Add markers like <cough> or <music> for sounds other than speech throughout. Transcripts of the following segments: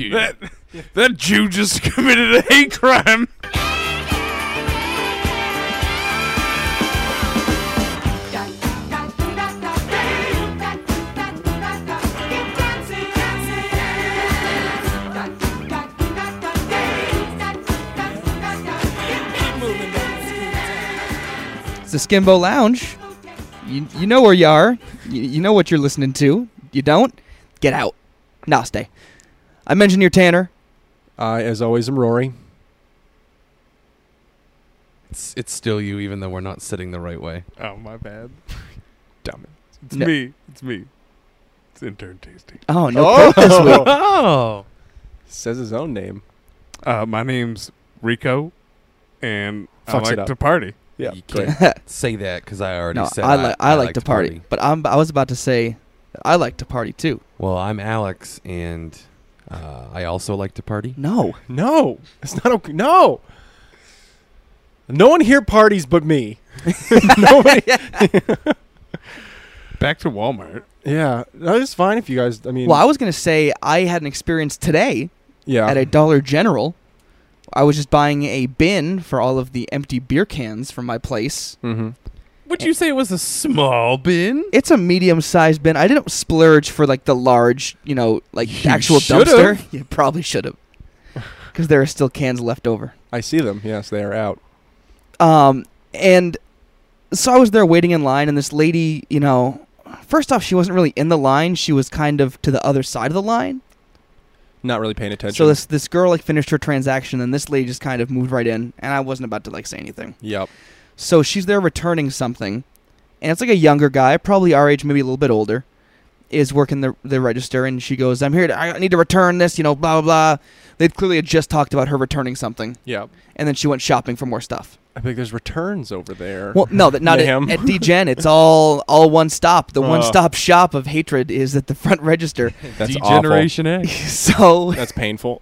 Jew. That that Jew just <laughs> committed a hate crime. It's the Skimbo Lounge. You, you know where you are. You, you know what you're listening to. You don't? Get out. Now stay. I'm Engineer Tanner. I, as always, am <laughs> Rory. It's, it's still you, even though we're not sitting the right way. Oh my bad. Dumb it. It's No. me. It's me. It's intern tasty. Oh, no oh. this week. Oh, Says his own name. Uh, my name's Rico, and Fucks it I like up. to party. Yeah, You great. can't say that because I already no, said I, li- I, like, to party. But I'm, I was about to say, that I like to party too. Well, I'm Alex, and uh, I also like to party. No. <laughs> No, it's not okay. No, no one here parties but me. <laughs> Nobody. Back to Walmart. Yeah, no, it's fine if you guys. I mean, Well, I was going to say, I had an experience today yeah, at a Dollar General. I was just buying a bin for all of the empty beer cans from my place. mm-hmm. Would you say it was a small bin? It's a medium sized bin. I didn't splurge for like the large, you know, like You actual should've. dumpster. <laughs> You probably should have, because there are still cans left over. I see them. Yes, they are out. Um, and so I was there waiting in line, and this lady, you know, first off, she wasn't really in the line. She was kind of to the other side of the line. Not really paying attention. So this this girl like finished her transaction, and this lady just kind of moved right in, and I wasn't about to like say anything. Yep. So she's there returning something, and it's like a younger guy, probably our age, maybe a little bit older, is working the the register, and she goes, "I'm here. To, I need to return this. You know, blah blah blah." They clearly had just talked about her returning something, Yep. and then she went shopping for more stuff. I think there's returns over there. Well, no, that not at, Ma'am. at DGen. It's all all one stop. The Oh. one stop shop of hatred is at the front <laughs> register. that's Degeneration X. so awful. That's painful.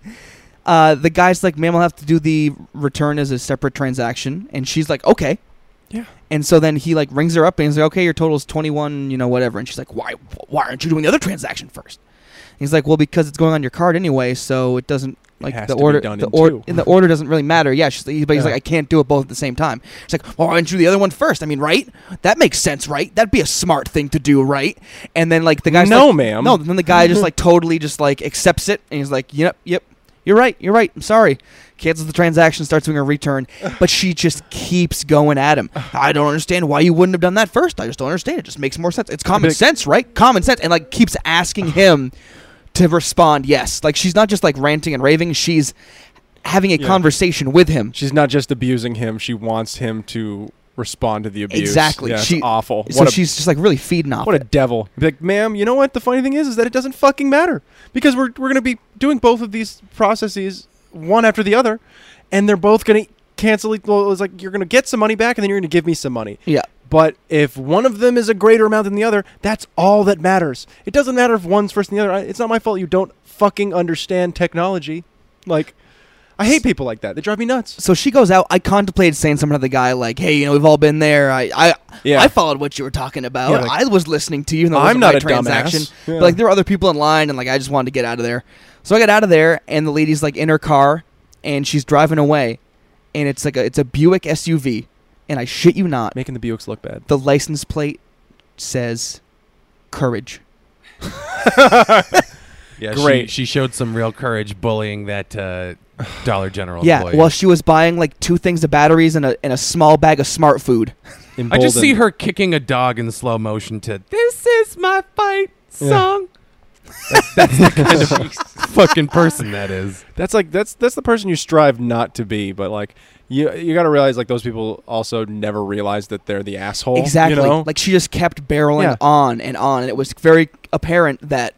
uh, the guy's like, "Ma'am, I'll have to do the return as a separate transaction," and she's like, "Okay." Yeah. And so then he like rings her up and he's like, "Okay, your total's twenty one, you know, whatever." And she's like, "Why? Why aren't you doing the other transaction first? And he's like, "Well, because it's going on your card anyway, so it doesn't like has the to be order. done the in order two." the order doesn't really matter." Yeah, she's, but he's Yeah. like, "I can't do it both at the same time." She's like, "Well, why don't you do the other one first? I mean, right? That makes sense, right? That'd be a smart thing to do, right?" And then like the <laughs> guy's No, like, ma'am. No, then the guy just like totally just like accepts it and he's like, "Yep, yep." You're right. You're right. I'm sorry. Cancels the transaction, starts doing a <laughs> return, but she just keeps going at him. I don't understand why you wouldn't have done that first. I just don't understand. It just makes more sense. It's common Big- sense, right? Common sense, and like keeps <sighs> asking him to respond yes. Like she's not just like ranting and raving. She's having a Yeah. conversation with him. She's not just abusing him. She wants him to respond to the abuse. Exactly. Yeah, it's She- awful. So what a she's just like really feeding off. What a it. devil. Be like, ma'am, you know what? The funny thing is, is that it doesn't fucking matter because we're, we're going to be doing both of these processes one after the other, and they're both going to cancel. each- Well, it's like you're going to get some money back, and then you're going to give me some money. yeah. But if one of them is a greater amount than the other, that's all that matters. It doesn't matter if one's first than the other. I- It's not my fault you don't fucking understand technology. Like, I hate people like that. They drive me nuts. So she goes out. I contemplated saying something to the guy like, "Hey, you know, we've all been there. I, I, Yeah. I followed what you were talking about. Yeah, like- I was listening to you. And I'm not my a dumbass. transaction. Yeah. But like, there were other people in line, and like, I just wanted to get out of there. So I got out of there, and the lady's like in her car, and she's driving away, and it's like a, it's a Buick SUV, and I shit you not, Making the Buicks look bad. the license plate says, "Courage." Yeah, Great. She, she showed some real courage bullying that uh, Dollar Oh, General yeah. employee. Well, she was buying like two things of batteries and a and a small bag of smart food. I just Emboldened. see her kicking a dog in slow motion to <laughs> "This is my fight" Yeah. song. That's the kind of fucking person that is. That's like that's that's the person you strive not to be, but like you you got to realize like those people also never realize that they're the asshole. Exactly. You know? Like she just kept barreling Yeah. on and on, and it was very apparent that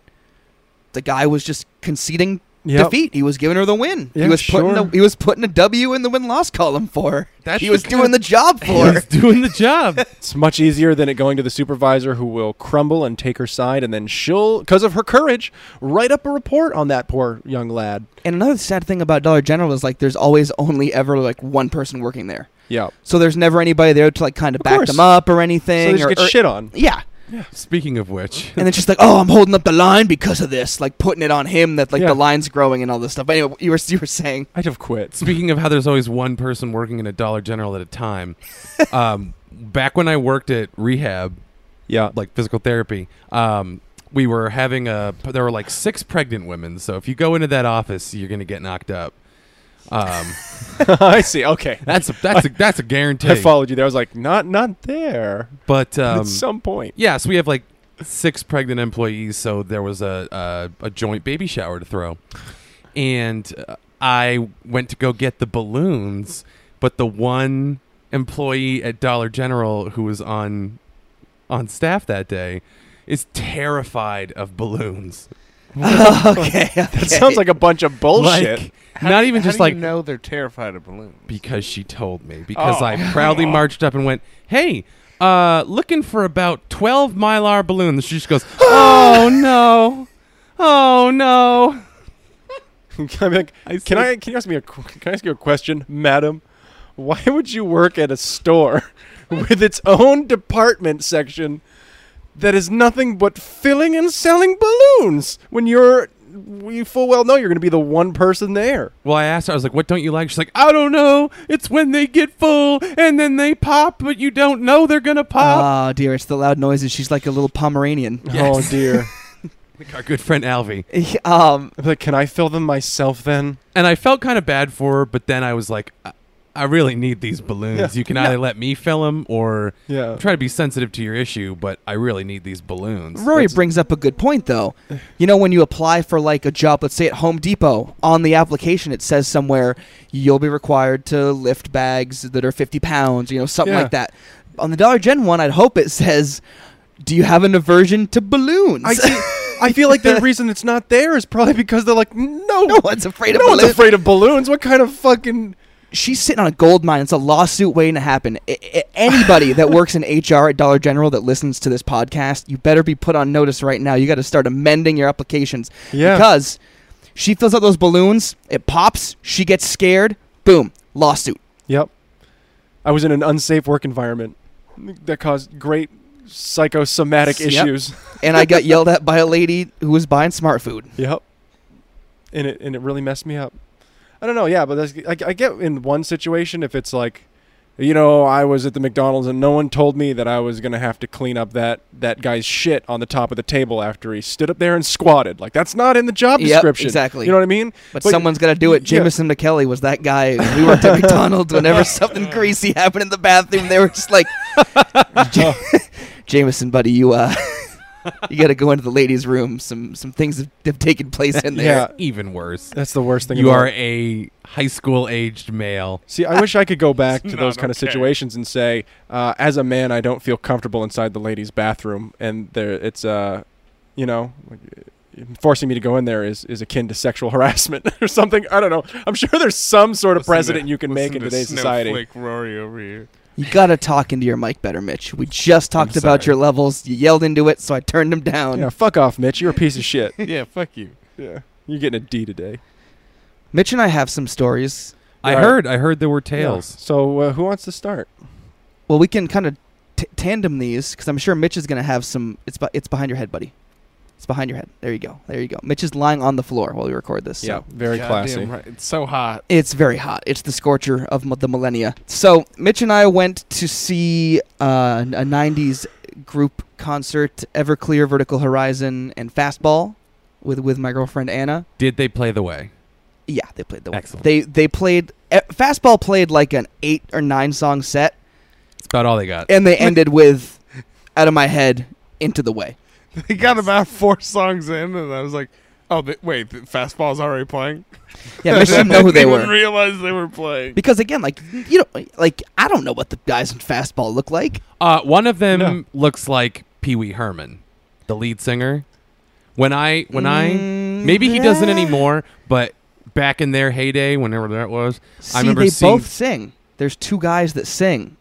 the guy was just conceding Yep. defeat. He was giving her the win. Yeah, he was putting sure. a, he was putting a W in the win loss column for her. That's he the was kind- doing the job for her. <laughs> He's doing the job. it's much easier than it going to the supervisor who will crumble and take her side, and then she'll because of her courage write up a report on that poor young lad. And another sad thing about Dollar General is like there's always only ever like one person working there. Yeah, So there's never anybody there to like kind of, Of back course. them up or anything so they just or, get or- shit on. Yeah. Speaking of which, and then she's like, "Oh, I'm holding up the line because of this," like putting it on him that like Yeah. the line's growing and all this stuff. But anyway, you were you were saying I'd have quit. <laughs> Speaking of how there's always one person working in a Dollar General at a time, um, back when I worked at rehab, Yeah. <laughs> like physical therapy, um, we were having a. There were like six pregnant women, so if you go into that office, you're gonna get knocked up. Um, I see. Okay. that's a that's a that's a guarantee. I followed you there. I was like, not not there. But um, At <laughs> some point. yeah, so we have like six pregnant employees, so there was a a, a joint baby shower to throw, and uh, I went to go get the balloons, but the one employee at Dollar General who was on on staff that day is terrified of balloons. okay, <laughs> That sounds like a bunch of bullshit. Like, not even just like you know they're terrified of balloons. because she told me because Oh, <laughs> I proudly marched up and went, "Hey, uh, looking for about twelve mylar balloons." <gasps> She just goes, "Oh no, oh no." I'm like, can I can you ask me a qu- can I ask you a question, madam? Why would you work at a store <laughs> with its own department section that is nothing but filling and selling balloons when you're you full well know you're going to be the one person there. Well, I asked her. I was like, "What don't you like?" She's like, "I don't know. It's when they get full and then they pop, but you don't know they're Uh. gonna pop." Ah, dear, it's the loud noises. She's like a little Pomeranian. Oh <laughs> dear. Like Our good friend Alvy. um, I'm like, can I fill them myself then? And I felt kind of bad for her, but then I was like, "I, I really need these balloons. Yeah. You can either let me fill them or." Yeah. <laughs> Try to be sensitive to your issue, but I really need these balloons. Rory brings up a good point, though. You know, when you apply for like a job, let's say at Home Depot, on the application it says somewhere you'll be required to lift bags that are 50 pounds, you know, something Yeah. like that. On the Dollar Gen one, I'd hope it says, "Do you have an aversion to balloons?" <laughs> I see. I feel like the reason it's not there is probably because they're like, no, no one's afraid of no one's balloons. afraid of balloons. What kind of fucking She's sitting on a gold mine. It's a lawsuit waiting to happen. I- I- anybody that works in HR at Dollar General that listens to this podcast, you better be put on notice right now. You got to start amending your applications. Yeah. Because she fills out those balloons, it pops, she gets scared, boom, lawsuit. Yep. I was in an unsafe work environment that caused great psychosomatic Yep. <laughs> issues. And I got yelled at by a lady who was buying smart food. Yep. And it and it really messed me up. I don't know, yeah, but that's, I, I get in one situation if it's like you know, I was at the McDonald's and no one told me that I was going to have to clean up that that guy's shit on the top of the table after he stood up there and squatted. Like that's not in the job Yep, description. exactly. You know what I mean? But, someone's got to do it. Yeah. Jameson McKelly was that guy. We worked at McDonald's. Whenever something greasy happened in the bathroom, they were just like, "Ja- <laughs> Jameson, buddy, you uh, <laughs> you got to go into the ladies' room. Some some things have, have taken place in there. Yeah. even worse. That's the worst thing You about are a high school aged male. See, I wish I could go back <laughs> to It's those not kind of okay. situations and say, uh, as a man, I don't feel comfortable inside the ladies' bathroom, and there, it's, uh, you know, like, uh, forcing me to go in there is, is akin to sexual <laughs> harassment or something. I don't know. I'm sure there's some sort of Listen to- precedent you can make listen in to today's society. Snowflake Rory over <laughs> here. You got to talk into your mic better, Mitch. We just talked I'm about sorry. your levels. You yelled into it, so I turned him down. Yeah, fuck off, Mitch. You're <laughs> a piece of shit. yeah, fuck you. Yeah, you're getting a D today. Mitch and I have some stories. I Right. heard. I heard there were Yeah. tales. So uh, who wants to start? Well, we can kind of t- tandem these because I'm sure Mitch is going to have some. It's be- it's behind your head, buddy. It's behind your head. There you go. There you go. Mitch is lying on the floor while we record this. So. very Goddamn classy. right. It's so hot. It's very hot. It's the scorcher of m- the millennia. So Mitch and I went to see uh, a '90s group concert, Everclear, Vertical Horizon, and Fastball, with with my girlfriend Anna. Did they play the way? Yeah, they played the. Excellent. They they played eh, Fastball played like an eight or nine song set, It's about all they got. and they ended with "Out of My Head, Into the Way." <laughs> They got about four songs in, and I was like, "Oh, th- wait, the fastball's already playing." Yeah, Mitch <laughs> didn't know who they Didn't were realize they were playing. because again, like you know, like I don't know what the guys in Fastball look like. Uh, one of them No. looks like Pee Wee Herman, the lead singer. When I when Mm, I maybe he doesn't anymore, but back in their heyday, whenever that was, See, remember they seeing- both sing. There's two guys that sing.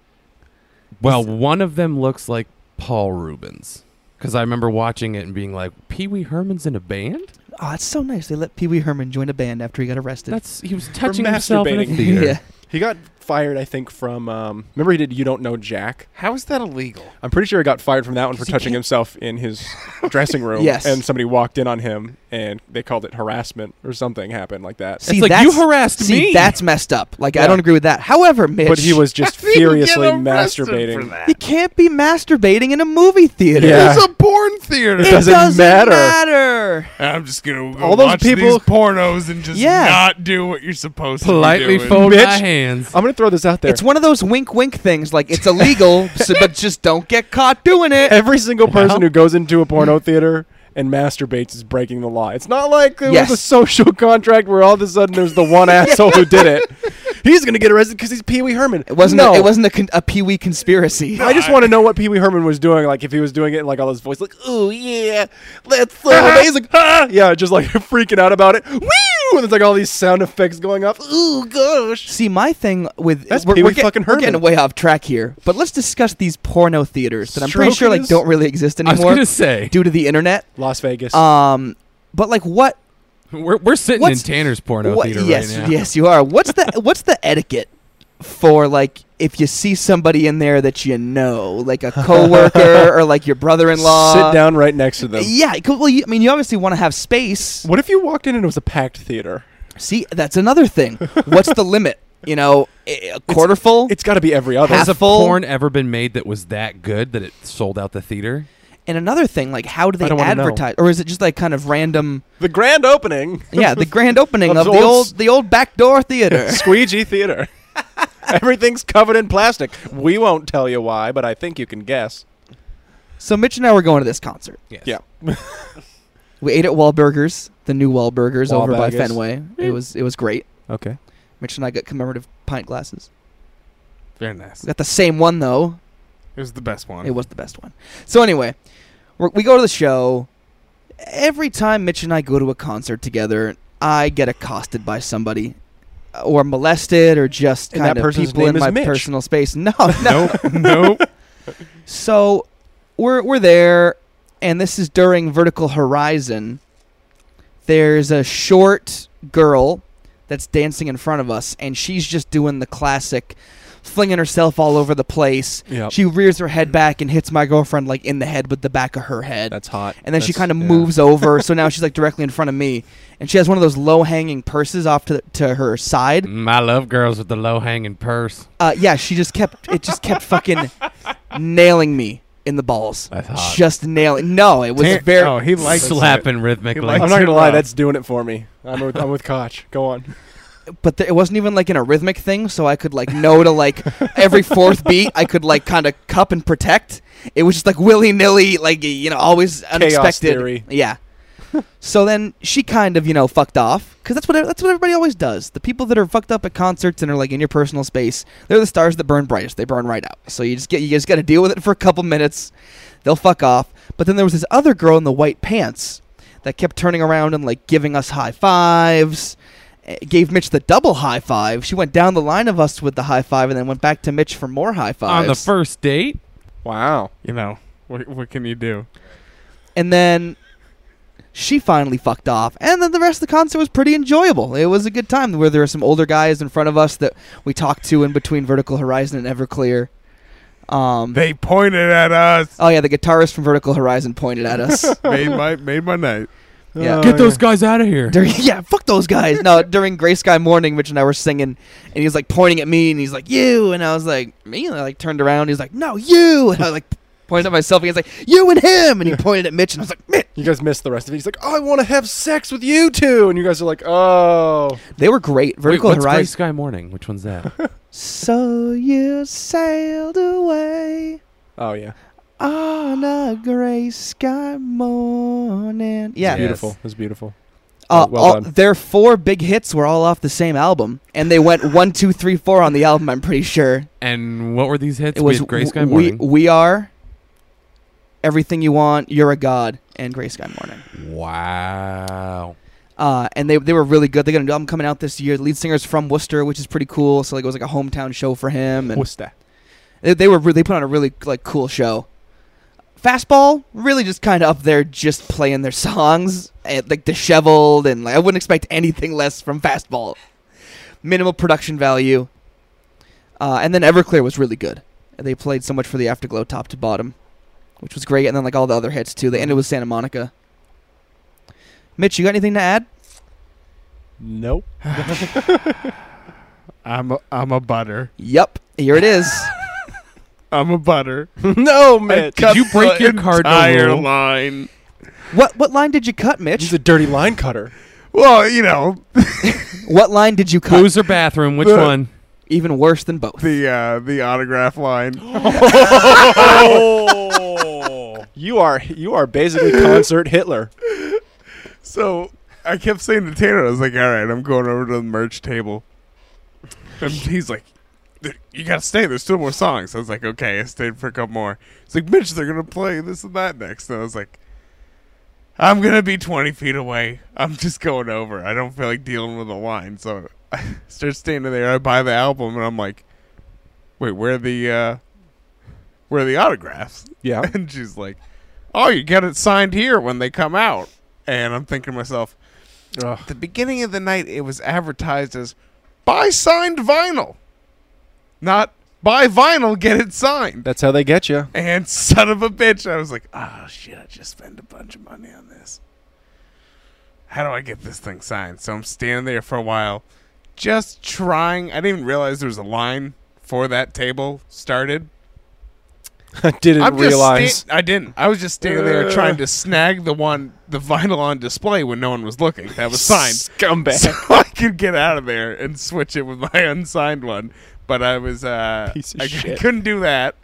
well, one of them looks like Paul Rubens. Because I remember watching it and being like, Pee Wee Herman's in a band? Oh, that's so nice. They let Pee Wee Herman join a band after he got arrested. That's he was touching himself in a masturbating. <laughs> theater. yeah. He got fired, I think, from um, remember he did You Don't Know Jack. How is that illegal? I'm pretty sure he got fired from that one for Because he touching can't- himself <laughs> in his dressing room. Yes. and somebody walked in on him, and they called it harassment or something happened like that. See, It's like, you that's- harassed see, me. that's messed up. Like I Yeah. don't agree with that. However, Mitch, but he was just How do you get furiously arrested for masturbating. that? You can't be masturbating in a movie theater. Yeah. It's a porn theater. It doesn't doesn't, matter. matter. <laughs> I'm just gonna go All those watch people- these pornos and just Yeah. not do what you're supposed politely to be doing. fold my Mitch, hands. I'm gonna throw this out there. It's one of those wink wink things. Like it's illegal, so, but just don't get caught doing it. Every single person Well. who goes into a porno theater and masturbates is breaking the law. It's not like it Yes. was a social contract where all of a sudden there's <laughs> the one asshole who did it. He's gonna get arrested because he's Pee Wee Herman. It wasn't. No, A, it wasn't a, con- a Pee Wee <laughs> conspiracy. <laughs> I just want to know what Pee Wee Herman was doing. Like if he was doing it in like all his voice, like "Ooh yeah, <laughs> that's so amazing!" Ah! Yeah, just like <laughs> freaking out about it. Woo! And it's like all these sound effects going off. Ooh gosh. See, my thing with That's we're, we're, Pee-wee fucking we're getting Herman. way off track here, but let's discuss these porno theaters that I'm pretty sure like Stroking don't really exist I was anymore gonna say <laughs> due to the internet. Las Vegas. Um, but like what? we're, we're sitting in what's- Tanner's porno what theater yes, right now. yes, you are. What's the <laughs> what's the etiquette for like if you see somebody in there that you know, like a coworker or like your brother-in-law? Sit down right next to them. Yeah, 'cause, well, you, I mean, you obviously want to have space. What if you walked in and it was a packed theater? See, that's another thing. What's the limit? You know, a a quarter full, It's got to be every other. Half Has a full. porn ever been made that was that good that it sold out the theater? and another thing, like how do they I don't wanna know. advertise, or is it just like kind of <laughs> random? the grand <laughs> opening. Yeah, the grand opening Of of the old- old the old backdoor theater. Squeegee <laughs> theater. Everything's covered in plastic. We won't tell you why, but I think you can guess. <laughs> So Mitch and I were going to this concert. Yes. Yeah. We ate at Wahlburgers, the new Wahlburgers over by Wahlburgers. Fenway. It was it was great. Okay. Mitch and I got commemorative pint glasses. Very nice. We got the same one though. It was the best one. It was <laughs> the best one. So anyway, we're, we go to the show. Every time Mitch and I go to a concert together, I get accosted by somebody, uh, or molested, or just And that kind of person's people name in is my Mitch. personal space. <laughs> No, no. nope. <laughs> nope. So we're we're there, and this is during Vertical Horizon. There's a short girl that's dancing in front of us, and she's just doing the classic, flinging herself all over the place. Yep. She rears her head back and hits my girlfriend like in the head with the back of her head. That's hot. and then she That's- kind of yeah. moves over, so <laughs> now she's like directly in front of me, and she has one of those low hanging purses off to to her side. Mm, I love girls with the low hanging purse. Uh, yeah, she just kept it just kept fucking nailing me in the balls. That's hot. Just nailing. No, it was Tan- very. oh, he likes it. slapping rhythmically. likes I'm not gonna lie. Rough. That's doing it for me. I'm with, I'm with Koch. Go on. But th- it wasn't even like in a rhythmic thing, so I could like know to like every fourth beat I could like kind of cup and protect. It was just like willy nilly, like y- you know, always unexpected. theory. Yeah. so then she kind of you know fucked off because that's what e, that's what everybody always does. The people that are fucked up at concerts and are like in your personal space, they're the stars that burn brightest. They burn right out. So you just get you just got to deal with it for a couple minutes. They'll fuck off. But then there was this other girl in the white pants that kept turning around and like giving us high fives. eh, Gave Mitch the double high five. She went down the line of us with the high five, and then went back to Mitch for more high fives. on the first date. Wow. You know what? What can you do? and then she finally fucked off and then the rest of the concert was pretty enjoyable it was a good time where there were some older guys in front of us that we talked to in between vertical horizon and everclear um, They pointed at us. oh yeah the guitarist from vertical horizon pointed at <laughs> us made my made my night. Uh, Oh, Yeah. Get those guys out of here. during, <laughs> yeah fuck those guys no during gray sky morning mitch and i were singing and he was like pointing at me and he's like you and i was like me and i like turned around he was like no you and i like pointed at myself and he was like you and him and he pointed at mitch and i was like mitch You guys missed the rest of it. He's like, I want to have sex with you two, and you guys are like, oh. they were great Wait, vertical what's Gray horizon Sky Morning? Which <laughs> one's that? So you sailed away Oh yeah. on a gray sky morning. Yeah. Yeah. Beautiful. It was beautiful. Uh, Well all- done. Their four big hits were all off the same album, and they went one, two, three, four on the album. I'm pretty sure and what were these hits? it was with Gray w- Sky Morning. We we are everything you want. You're a god, and Gray Sky Morning. wow. Uh, and they, they were really good. They got an album coming out this year. The lead singer's from Worcester, which is pretty cool. So like it was like a hometown show for him. And What's that? They, they were re- they put on a really like cool show. Fastball really just kind of up there, just playing their songs, and, like disheveled, and like I wouldn't expect anything less from Fastball. Minimal production value. Uh, and then Everclear was really good. They played so much for the Afterglow top to bottom, which was great. And then like all the other hits too. They ended with Santa Monica. Mitch, you got anything to add? Nope. I'm a, I'm a butter. Yep. Here it is. I'm a butter. <laughs> no, man. Did you break your cardinal Entire rule? line. what what line did you cut, Mitch? <laughs> He's a dirty line cutter. Well, you know What line did you cut? Booze or bathroom? Which The- one? Even worse than both. the uh, the autograph line. Oh. <laughs> you are you are basically concert Hitler. So I kept saying to Tanner, I was like, "All right, I'm going over to the merch table," and he's like. "There- You gotta stay. There's still more songs. I was like, okay. I stayed for a couple more. He's like, Mitch, they're gonna play this and that next. And I was like, I'm gonna be 20 feet away. I'm just going over. I don't feel like dealing with a line. So I <laughs> start standing there. I buy the album, and I'm like, wait, where are the uh, where are the autographs? <laughs> Yeah. <laughs> And she's like, "Oh, you get it signed here when they come out." And I'm thinking to myself, Ugh. at the beginning of the night, it was advertised as buy signed vinyl, not buy vinyl, get it signed. That's how they get you. And son of a bitch, I was like, "Oh shit, I just spent a bunch of money on this. How do I get this thing signed?" So I'm standing there for a while, just trying. I didn't even realize there was a line for that table started. <laughs> I didn't I'm just realize. sta- I didn't. I was just standing there Uh. trying to snag the one, the vinyl on display when no one was looking. That was signed, <laughs> so Scumbag. I could get out of there and switch it with my <laughs> unsigned one. But I was, uh, Piece of I, c- shit. couldn't do that.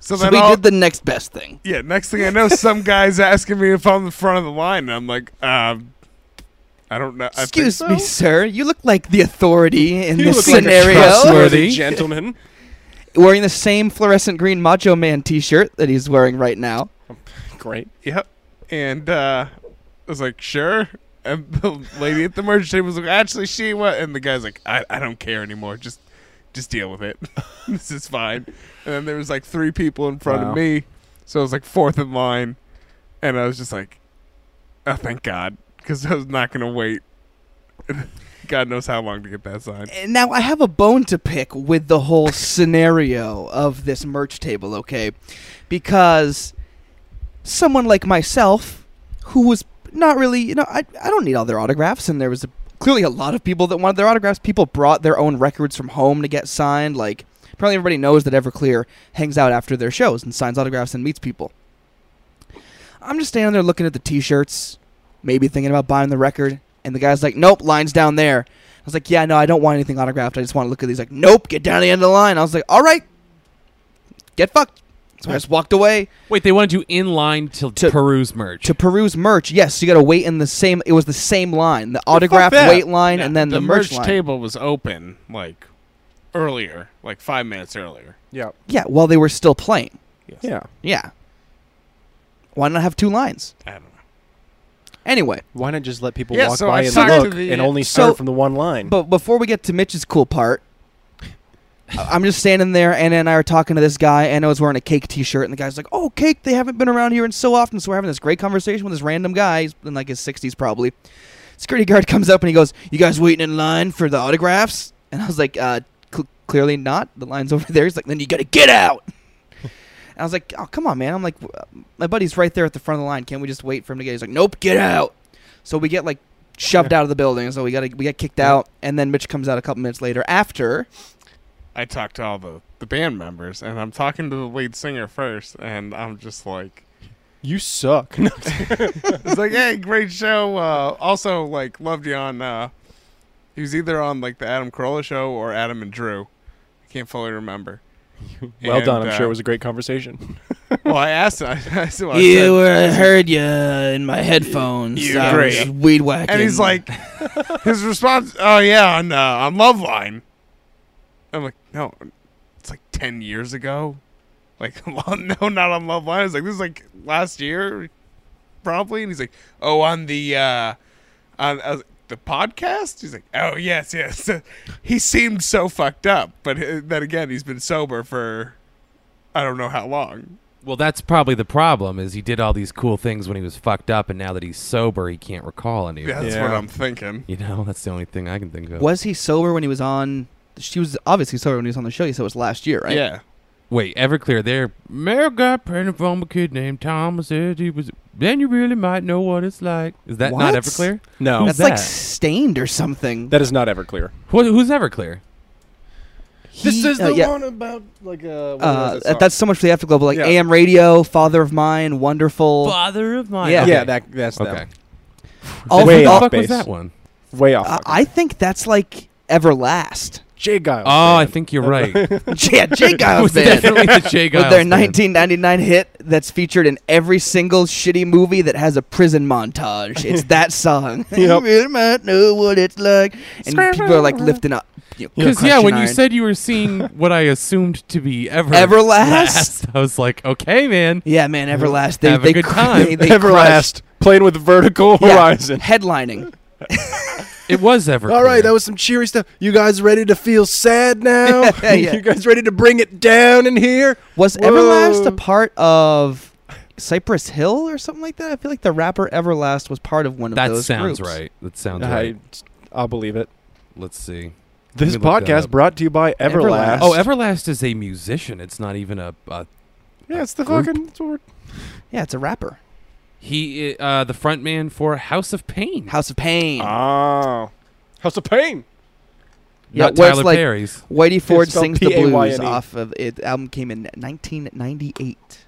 So, So then, we all- did the next best thing. yeah. Next thing I know, some guy's asking me if I'm the front of the line, and I'm like, um, I don't know. I think Excuse me, so. sir. You look like the authority in <laughs> You this look scenario. like a trustworthy <laughs> Trustworthy. gentleman. wearing the same fluorescent green Macho Man T-shirt that he's wearing right now. Great. Yep. And uh, I was like, sure. And the lady at the merch table was like, actually, she went. And the guy's like, I, I don't care anymore. Just just deal with it. <laughs> this is fine. And then there was like three people in front Wow. of me. So I was like fourth in line. And I was just like, oh, thank God. Because I was not going to wait. <laughs> God knows how long to get that sign. And Now I have a bone to pick with the whole scenario of this merch table, okay? Because someone like myself, who was not really, you know, I, I don't need all their autographs, and there was a, clearly a lot of people that wanted their autographs. People brought their own records from home to get signed. Like apparently everybody knows that Everclear hangs out after their shows and signs autographs and meets people. I'm just standing there looking at the T-shirts, maybe thinking about buying the record, and the guy's like, "Nope, lines down there." I was like, yeah, no, I don't want anything autographed. I just want to look at these. Like, nope, get down to the end of the line. I was like, all right, get fucked. So I just walked away Wait, they wanted you in line to, To- peruse merch. to peruse merch. Yes, you got to wait in the same. It was the same line, the autograph that. wait line, and then the, merch, line. table was open like earlier, like five minutes earlier. Yeah. Yeah, while they were still playing. Yes. Yeah. Yeah. Why not have two lines? I don't know. Anyway, Why not just let people Yeah, walk so I by and talked look to the- and only So- start from the one line? but before we get to Mitch's cool part, I- I'm just standing there. Anna and I are talking to this guy. Anna was wearing a cake T-shirt, and the guy's like, "Oh, cake! They haven't been around here in so often." So we're having this great conversation with this random guy. He's in like his 60s probably. Security guard <laughs> comes up and he goes, "You guys waiting in line for the autographs?" And I was like, uh, cl- "Clearly not. The line's <laughs> over there." He's like, "Then you gotta get out." <laughs> And I was like, "Oh, come on, man!" I'm like, "W- "My buddy's right there at the front of the line. Can't we just wait for him to get?" He's like, "Nope, get out." So we get like shoved out of the building. So we got we got kicked out, and then Mitch comes out a couple minutes later after. I talked to all the, the band members, and I'm talking to the lead singer first, and I'm just like, you <laughs> suck. it's like, hey, great show. Uh, also, like, loved you on. Uh, he was either on like the Adam Carolla show or Adam and Drew. I can't fully remember. <laughs> well done. And, I'm uh, <laughs> sure it was a great conversation. Well, I asked <laughs> him. I, I said, well, I said- You I heard you in my headphones. You I was great. weed whacking. and he's like, his response, oh yeah, on uh, on Loveline. I'm like, no, it's like ten years ago. Like, <laughs> well, no, not on Loveline. I was like, this is like last year, probably. And he's like, oh, on the uh, on I was like, the podcast. He's like, oh yes, yes. <laughs> he seemed so fucked up, but uh, then again, he's been sober for I don't know how long. well, that's probably the problem. Is he did all these cool things when he was fucked up, and now that he's sober, he can't recall any of it. That's Yeah. what I'm thinking. <laughs> You know, that's the only thing I can think of. was he sober when he was on she was obviously sober when he was on the show. You said it was last year, right? Yeah. Wait, Everclear, there. Mary got pregnant from a kid named Tom. Said he was. Then you really might know what it's like. Is that What? not Everclear? No, Who's That's like that? stained or something. that is not Everclear. Who, who's Everclear? this He- is uh, the yeah. one about like uh, Uh, what was that song? that's so much for the afterglow, but like Yeah. AM radio, father of mine, wonderful. Father of mine. Yeah. Okay. yeah, that that's that Okay. All for- Way Who the off fuck was base. that one? one. way off. Uh, I think that's like Everlast. <laughs> Jay Giles. Oh, I band. think you're right. It yeah, <laughs> Jay Giles was band definitely the Jay Giles with their band. <laughs> 1999 hit that's featured in every single shitty movie that has a prison montage. <laughs> It's that song. <laughs> Yep. You really might know what it's like, and people are like lifting up. you know, Because yeah, crushing when you iron. said you were seeing what I assumed to be ever Everlast? last, <laughs> I was like, okay, man. yeah, man, Everlast, they Have a they good cr- time. they- they crushed. <laughs> Everlast playing with vertical <laughs> Yeah, horizon. headlining. It <laughs> was ever. <laughs> All right, that was some cheery stuff. You guys ready to feel sad <laughs> now? Yeah, yeah. You guys ready to bring it down in here? Was Whoa. Everlast a part of Cypress Hill or something like that? I feel like the rapper Everlast was part of one of That those sounds groups. right. That sounds I, right. I'll believe it. Let's see. This Let me look that podcast up. brought to you by Everlast. Everlast. Oh, Everlast is a musician. It's not even a. a yeah, it's the Group. fucking. It's what we're- Yeah, it's a rapper. he i- uh, the frontman for House of Pain. House of Pain. Ah. Oh, House of Pain. Yeah, not where it's Tyler like- Perry's. Whitey Ford spelled sings the P-A-Y-N-E. blues off of it. Album came in 1998.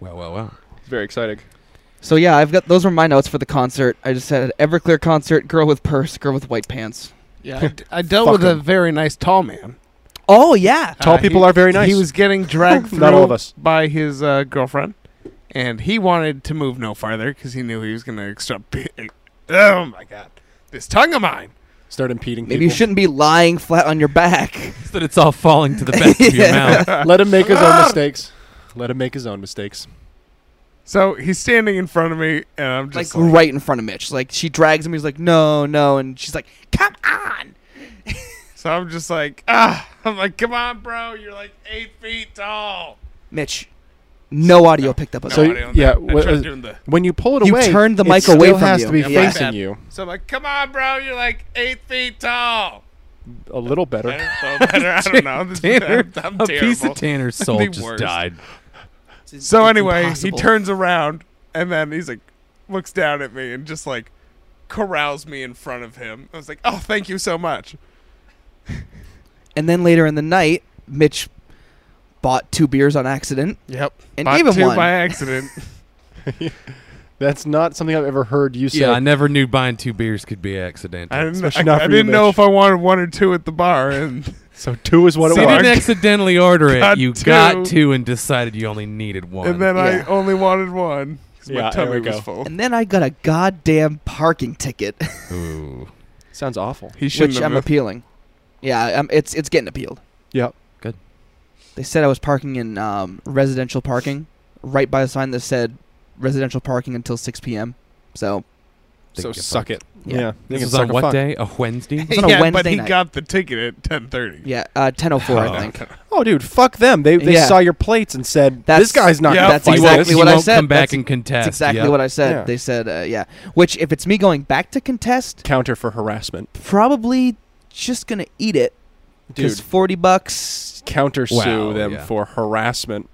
Wow, wow, wow. It's very exciting. So yeah, I've got those were my notes for the concert. I just said Everclear concert, girl with purse, girl with white pants. Yeah. I d- I, dealt Fuck with a him. very nice tall man. Oh yeah, Tall Uh, he- people are very nice. He was getting dragged through <laughs> Not all of us. by his uh, girlfriend, and he wanted to move no farther because he knew he was going to extract. Oh my god, this tongue of mine! Start impeding. maybe you shouldn't be lying flat on your <laughs> back. So <laughs> that it's all falling to the back of <laughs> your mouth. Let him make his own mistakes. Let him make his own mistakes. So he's standing in front of me, and I'm like just like, right in front of Mitch. Like she drags him. He's like, no, no, and she's like, come on. so I'm just like, ah, I'm like, come on, bro, you're like eight feet tall. Mitch, no audio picked up. on So that. No, I don't yeah, know. I wha- tried uh, doing the- When you pull it You away, turned the it mic still away from has you. to be Yeah, my facing bad. you So I'm like, come on, bro, you're like eight feet tall. a little better. Better, so better, I <laughs> don't know. This- Tanner, I'm, I'm a terrible. piece of Tanner's <laughs> soul The just worst. died. It's- So it's anyway, impossible. he turns around and then he's like, looks down at me and just like corrals me in front of him. I was like, oh, thank you so much. And then later in the night, Mitch bought two beers on accident Yep. and Bought gave him two one. by <laughs> accident. That's not something I've ever heard you say. Yeah, I never knew buying two beers could be accidental. I didn't, Especially I, not I for you, didn't know Mitch. if I wanted one or two at the bar. And so two is what So it you was. didn't <laughs> accidentally order it. Got you two. got two and decided you only needed one. and then Yeah. I only wanted one because Yeah, my there tummy we was go. full. And then I got a goddamn parking ticket, <laughs> Ooh, Sounds awful. He shouldn't which have. I'm appealing. Yeah, um, it's it's getting appealed. Yep. They said I was parking in um, residential parking, right by a sign that said residential parking until 6 p.m. So So Think you suck it. Yeah. Yeah. this is on what day? A Wednesday? It's on a yeah, but Wednesday he night. got the ticket at 10:30. yeah, uh, 10:04 Oh. I <laughs> think. Oh, dude, fuck them. They they Yeah. saw your plates and said, That's- "This guy's not." Yeah, gonna that's fight exactly this." he what I won't said. Come back That's- and contest. That's exactly Yep. what I said. Yeah. They said, uh, yeah. Which, if it's me going back to contest, Counter for harassment, probably just gonna eat it because dude. forty bucks. Counter sue Wow, them yeah. for harassment.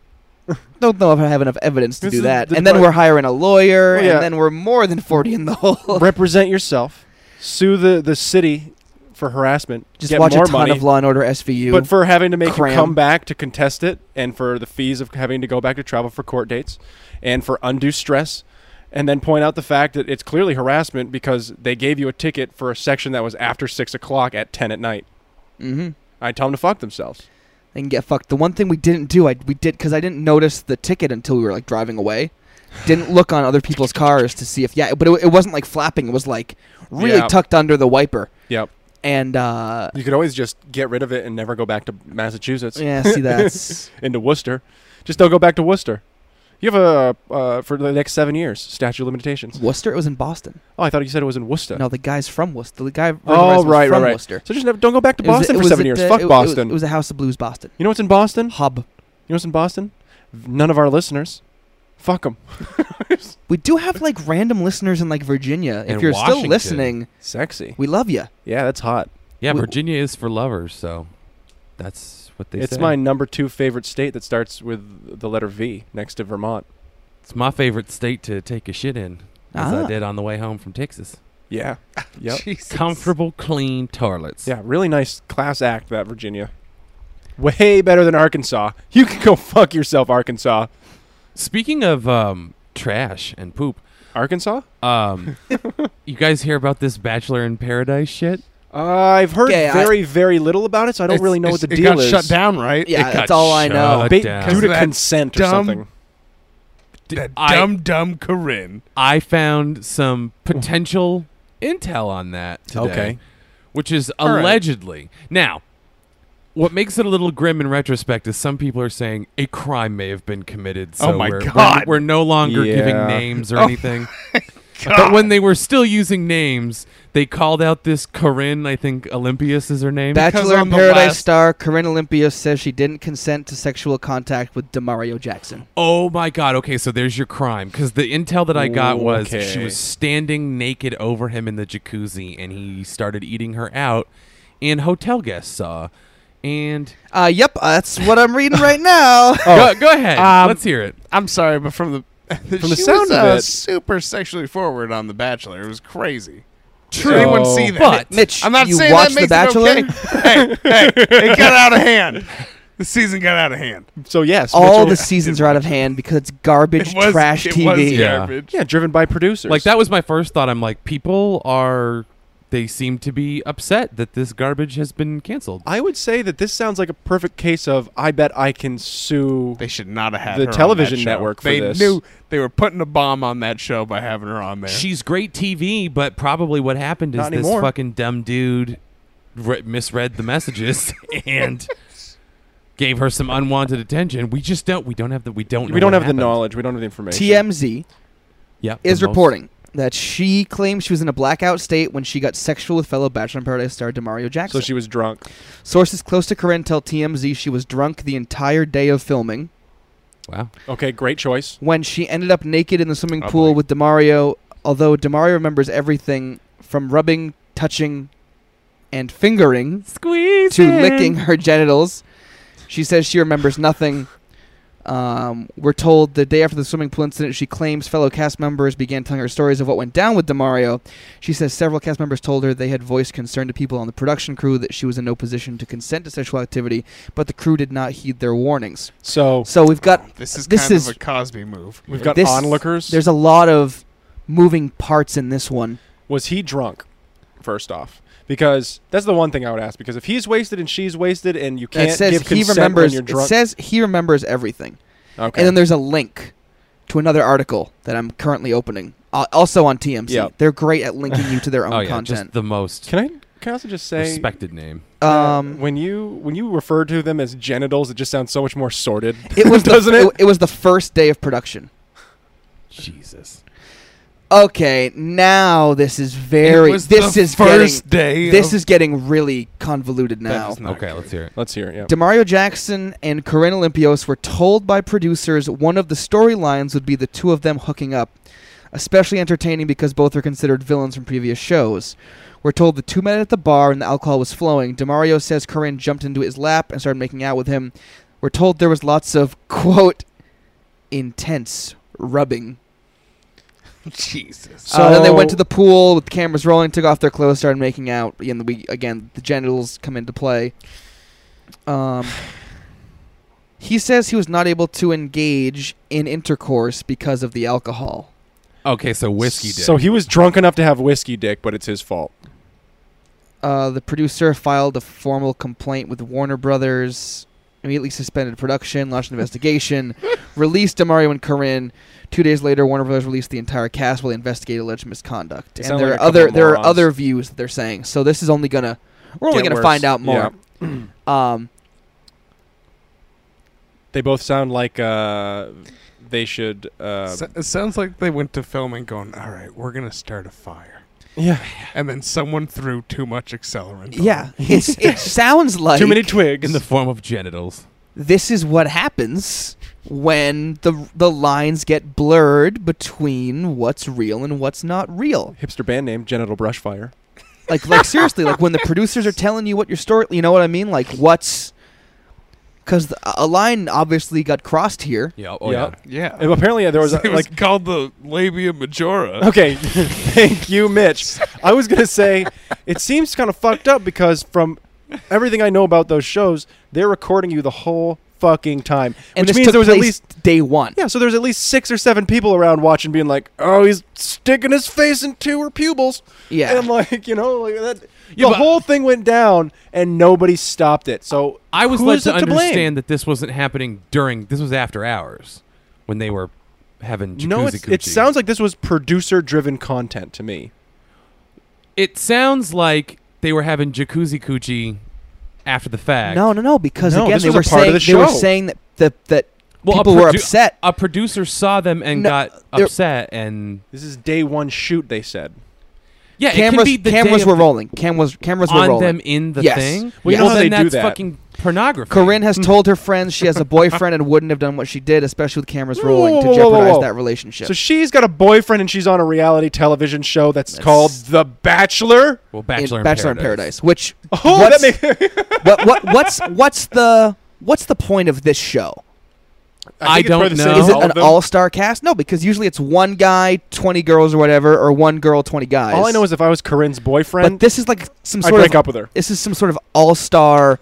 Don't know if I have enough evidence to This do is that. the and then part- we're hiring a lawyer, Well, yeah. and then we're more than forty in the <laughs> hole. Represent yourself. Sue the the city for harassment. just Get watch a more ton money. of Law and Order SVU. but for having to make cram. a comeback to contest it, and for the fees of having to go back to travel for court dates, and for undue stress, and then point out the fact that it's clearly harassment because they gave you a ticket for a section that was after six o'clock at ten at night. mm-hmm. I tell them to fuck themselves. They can get fucked. The one thing we didn't do, I we did because I didn't notice the ticket until we were like driving away. Didn't look on other <laughs> people's cars to see if yeah, but it, it wasn't like flapping. It was like really Yeah. tucked under the wiper. Yep. And uh, <laughs> You could always just get rid of it and never go back to Massachusetts. yeah, see <laughs> that's into Worcester. Just don't go back to Worcester. You have a uh, for the next seven years statute of limitations. Worcester. It was in Boston. Oh, I thought you said it was in Worcester. No, the guy's from Worcester. The guy. Oh, organized was right, from right, right. Worcester. So just never, don't go back to It was- Boston it for was seven at years. the- Fuck it- it was- Boston. It was a House of Blues, Boston you know what's in Boston? You hub. know what's in Boston? None of our listeners. Fuck them. We do have like random listeners in like Virginia. If And you're Washington. still listening, Sexy. we love you. Yeah, that's hot. Yeah, We- Virginia is for lovers, so that's what they it's say. my number two favorite state that starts with the letter V next to Vermont. It's my favorite state to take a shit in, as Ah. I did on the way home from Texas. Yeah. Yep. Comfortable, clean toilets. Yeah, really nice class act that Virginia. Way better than Arkansas. You can go fuck yourself, Arkansas. Speaking of um, trash and poop, Arkansas? um, you guys hear about this Bachelor in Paradise shit? Uh, I've heard Okay, I- very, very little about it, so I don't really know what the it deal got is. shut down, right? Yeah, It that's got all I shut know. Ba- down. due to That consent or dumb- something. That I- dumb, dumb Corinne. I found some potential intel on that today. Okay. Which is All right. allegedly. Now, what makes it a little grim in retrospect is some people are saying a crime may have been committed. So Oh my we're, we're- God. We're, no longer giving Yeah. names or Oh anything. But when they were still using names, they called out this Corinne, I think Olympius is her name. Bachelor on in the Paradise last- star Corinne Olympia says she didn't consent to sexual contact with Demario Jackson. oh my God. Okay, so there's your crime. Because the intel that I got was she Okay. was standing naked over him in the jacuzzi and he started eating her out, and hotel guests saw. And Uh, yep, uh, that's what I'm reading <laughs> right now. go, go ahead. Um, Let's hear it. I'm sorry, but from the <laughs> From the was, sound of uh, it- super sexually forward on The Bachelor. It was crazy. True. Did anyone see that? But- Mitch, I'm not you saying watch that makes The Bachelor. it okay. <laughs> hey, hey, it got out of hand. The season got out of hand. So, yes. All Mitchell- the seasons are out of hand because it's garbage <laughs> It was trash it TV. Was Yeah. garbage. Yeah, driven by producers. Like that was my first thought. I'm like, people are they seem to be upset that this garbage has been canceled. I would say that this sounds like a perfect case of I bet I can sue. They should not have had her The on that television show. network for they this. knew they were putting a bomb on that show by having her on there. She's great TV, but probably what happened is Not this anymore. fucking dumb dude re- misread the messages <laughs> and gave her some unwanted attention. We just don't. We don't have the. We don't. know we don't what have happened. the knowledge. We don't have the information. TMZ Yeah, is the most- reporting that she claimed she was in a blackout state when she got sexual with fellow Bachelor in Paradise star Demario So Jackson. she was drunk. Sources close to Corinne tell TMZ she was drunk the entire day of filming. Wow. Okay, great choice. when she ended up naked in the swimming Oh, pool boy. with Demario. Although Demario remembers everything from rubbing, touching, and fingering Squeeze to licking her genitals, she says she remembers nothing. Um, we're told the day after the swimming pool incident, she claims fellow cast members began telling her stories of what went down with Demario. She says several cast members told her they had voiced concern to people on the production crew that she was in no position to consent to sexual activity, but the crew did not heed their warnings. So So we've got this is this kind is- of a Cosby move. we've got This- onlookers. There's a lot of moving parts in this one. was he drunk first off because that's the one thing i would ask because if he's wasted and she's wasted and you That can't says he give consent remembers. when you're It drunk says he remembers everything, okay and then there's a link to another article that I'm currently opening, uh, also on TMZ. Yeah. They're great at linking you to <laughs> their own Oh yeah, just content. the most can i can i also just say respected name. <laughs> that um, when you when you refer to them as genitals it just sounds so much more sordid it was the, doesn't it? It was the first day of production. Jesus. Okay, now this is very. it was this the is first getting. day. This of- is getting really convoluted now. is Not Okay, good. let's hear it. let's hear it yeah Demario Jackson and Corinne Olympios were told by producers one of the storylines would be the two of them hooking up, especially entertaining because both are considered villains from previous shows. We're told the two met at the bar and the alcohol was flowing. Demario says Corinne jumped into his lap and started making out with him. We're told there was lots of quote intense rubbing. Jesus. So then they So- went to the pool with the cameras rolling, took off their clothes, started making out. And we again the genitals come into play. Um, <sighs> he says he was not able to engage in intercourse because of the alcohol. Okay, so whiskey. Dick. so he was drunk enough to have whiskey dick but it's his fault Uh, the producer filed a formal complaint with Warner Brothers. Immediately suspended production, launched an investigation, released Demario and Corinne. Two days later, Warner Brothers released the entire cast while they investigate alleged misconduct. They and sound there like are a couple other there are morons. other views that they're saying. So this is only gonna we're only Get gonna worse. find out more. Yeah. Um, they both sound like uh they should uh So- it sounds like they went to film and going, all right, we're going to start a fire. <laughs> yeah And then someone threw too much accelerant. on yeah, it. <laughs> it's it sounds like too many <laughs> twigs in the form of genitals. this is what happens when the the lines get blurred between what's real and what's not real. hipster band name genital brush fire Like like seriously, like when the producers are telling you what your story, you know what I mean? Like what's because a line obviously got crossed here. Yeah. Oh, Yeah. yeah. Yeah. And apparently, uh, there <laughs> <laughs> was, a, it was like like, called the labia majora. Okay, <laughs> thank you, Mitch. I was gonna say it seems kind of fucked up because from everything I know about those shows, they're recording you the whole fucking time, And which this means took there was place at least day one. yeah. So there's at least six or seven people around watching, being like, "Oh, he's sticking his face into her pupils," Yeah. and like you know, like that. Yeah, the but- whole thing went down, and nobody stopped it. So I was who led is to it blame? understand that this wasn't happening during. This was after hours, when they were having jacuzzi. No, it's, it coochie. sounds like this was producer-driven content to me. It sounds like they were having jacuzzi coochie after the fact. No, no, no. Because No, again, this they was a were part saying of the they were show. saying that the, that Well, a people were produ- upset. A producer saw them and No, got they're- upset, and This is day one shoot. They said. yeah, it could cameras be the cameras day were of the- rolling. Cameras cameras were on rolling. them in the Yes. thing. Well, you know well, how then they do that's that. fucking pornography. Corinne Hmm. has told her friends she has <laughs> a boyfriend and wouldn't have done what she did, especially with cameras Whoa, rolling, whoa, to whoa, whoa, jeopardize whoa. that relationship. So she's got a boyfriend and she's on a reality television show that's, That's- called The Bachelor. well, in Bachelor, in, Bachelor in Paradise. Paradise, which Oh, what's, that makes. <laughs> what, what what's what's the what's the point of this show? think I it's don't probably the same know. as Is it all an of them. all-star cast? No, because usually it's one guy, twenty girls, or whatever, or one girl, twenty guys. All I know is if I was Corinne's but boyfriend, this is like some I'd sort break of up with her. this is some sort of all-star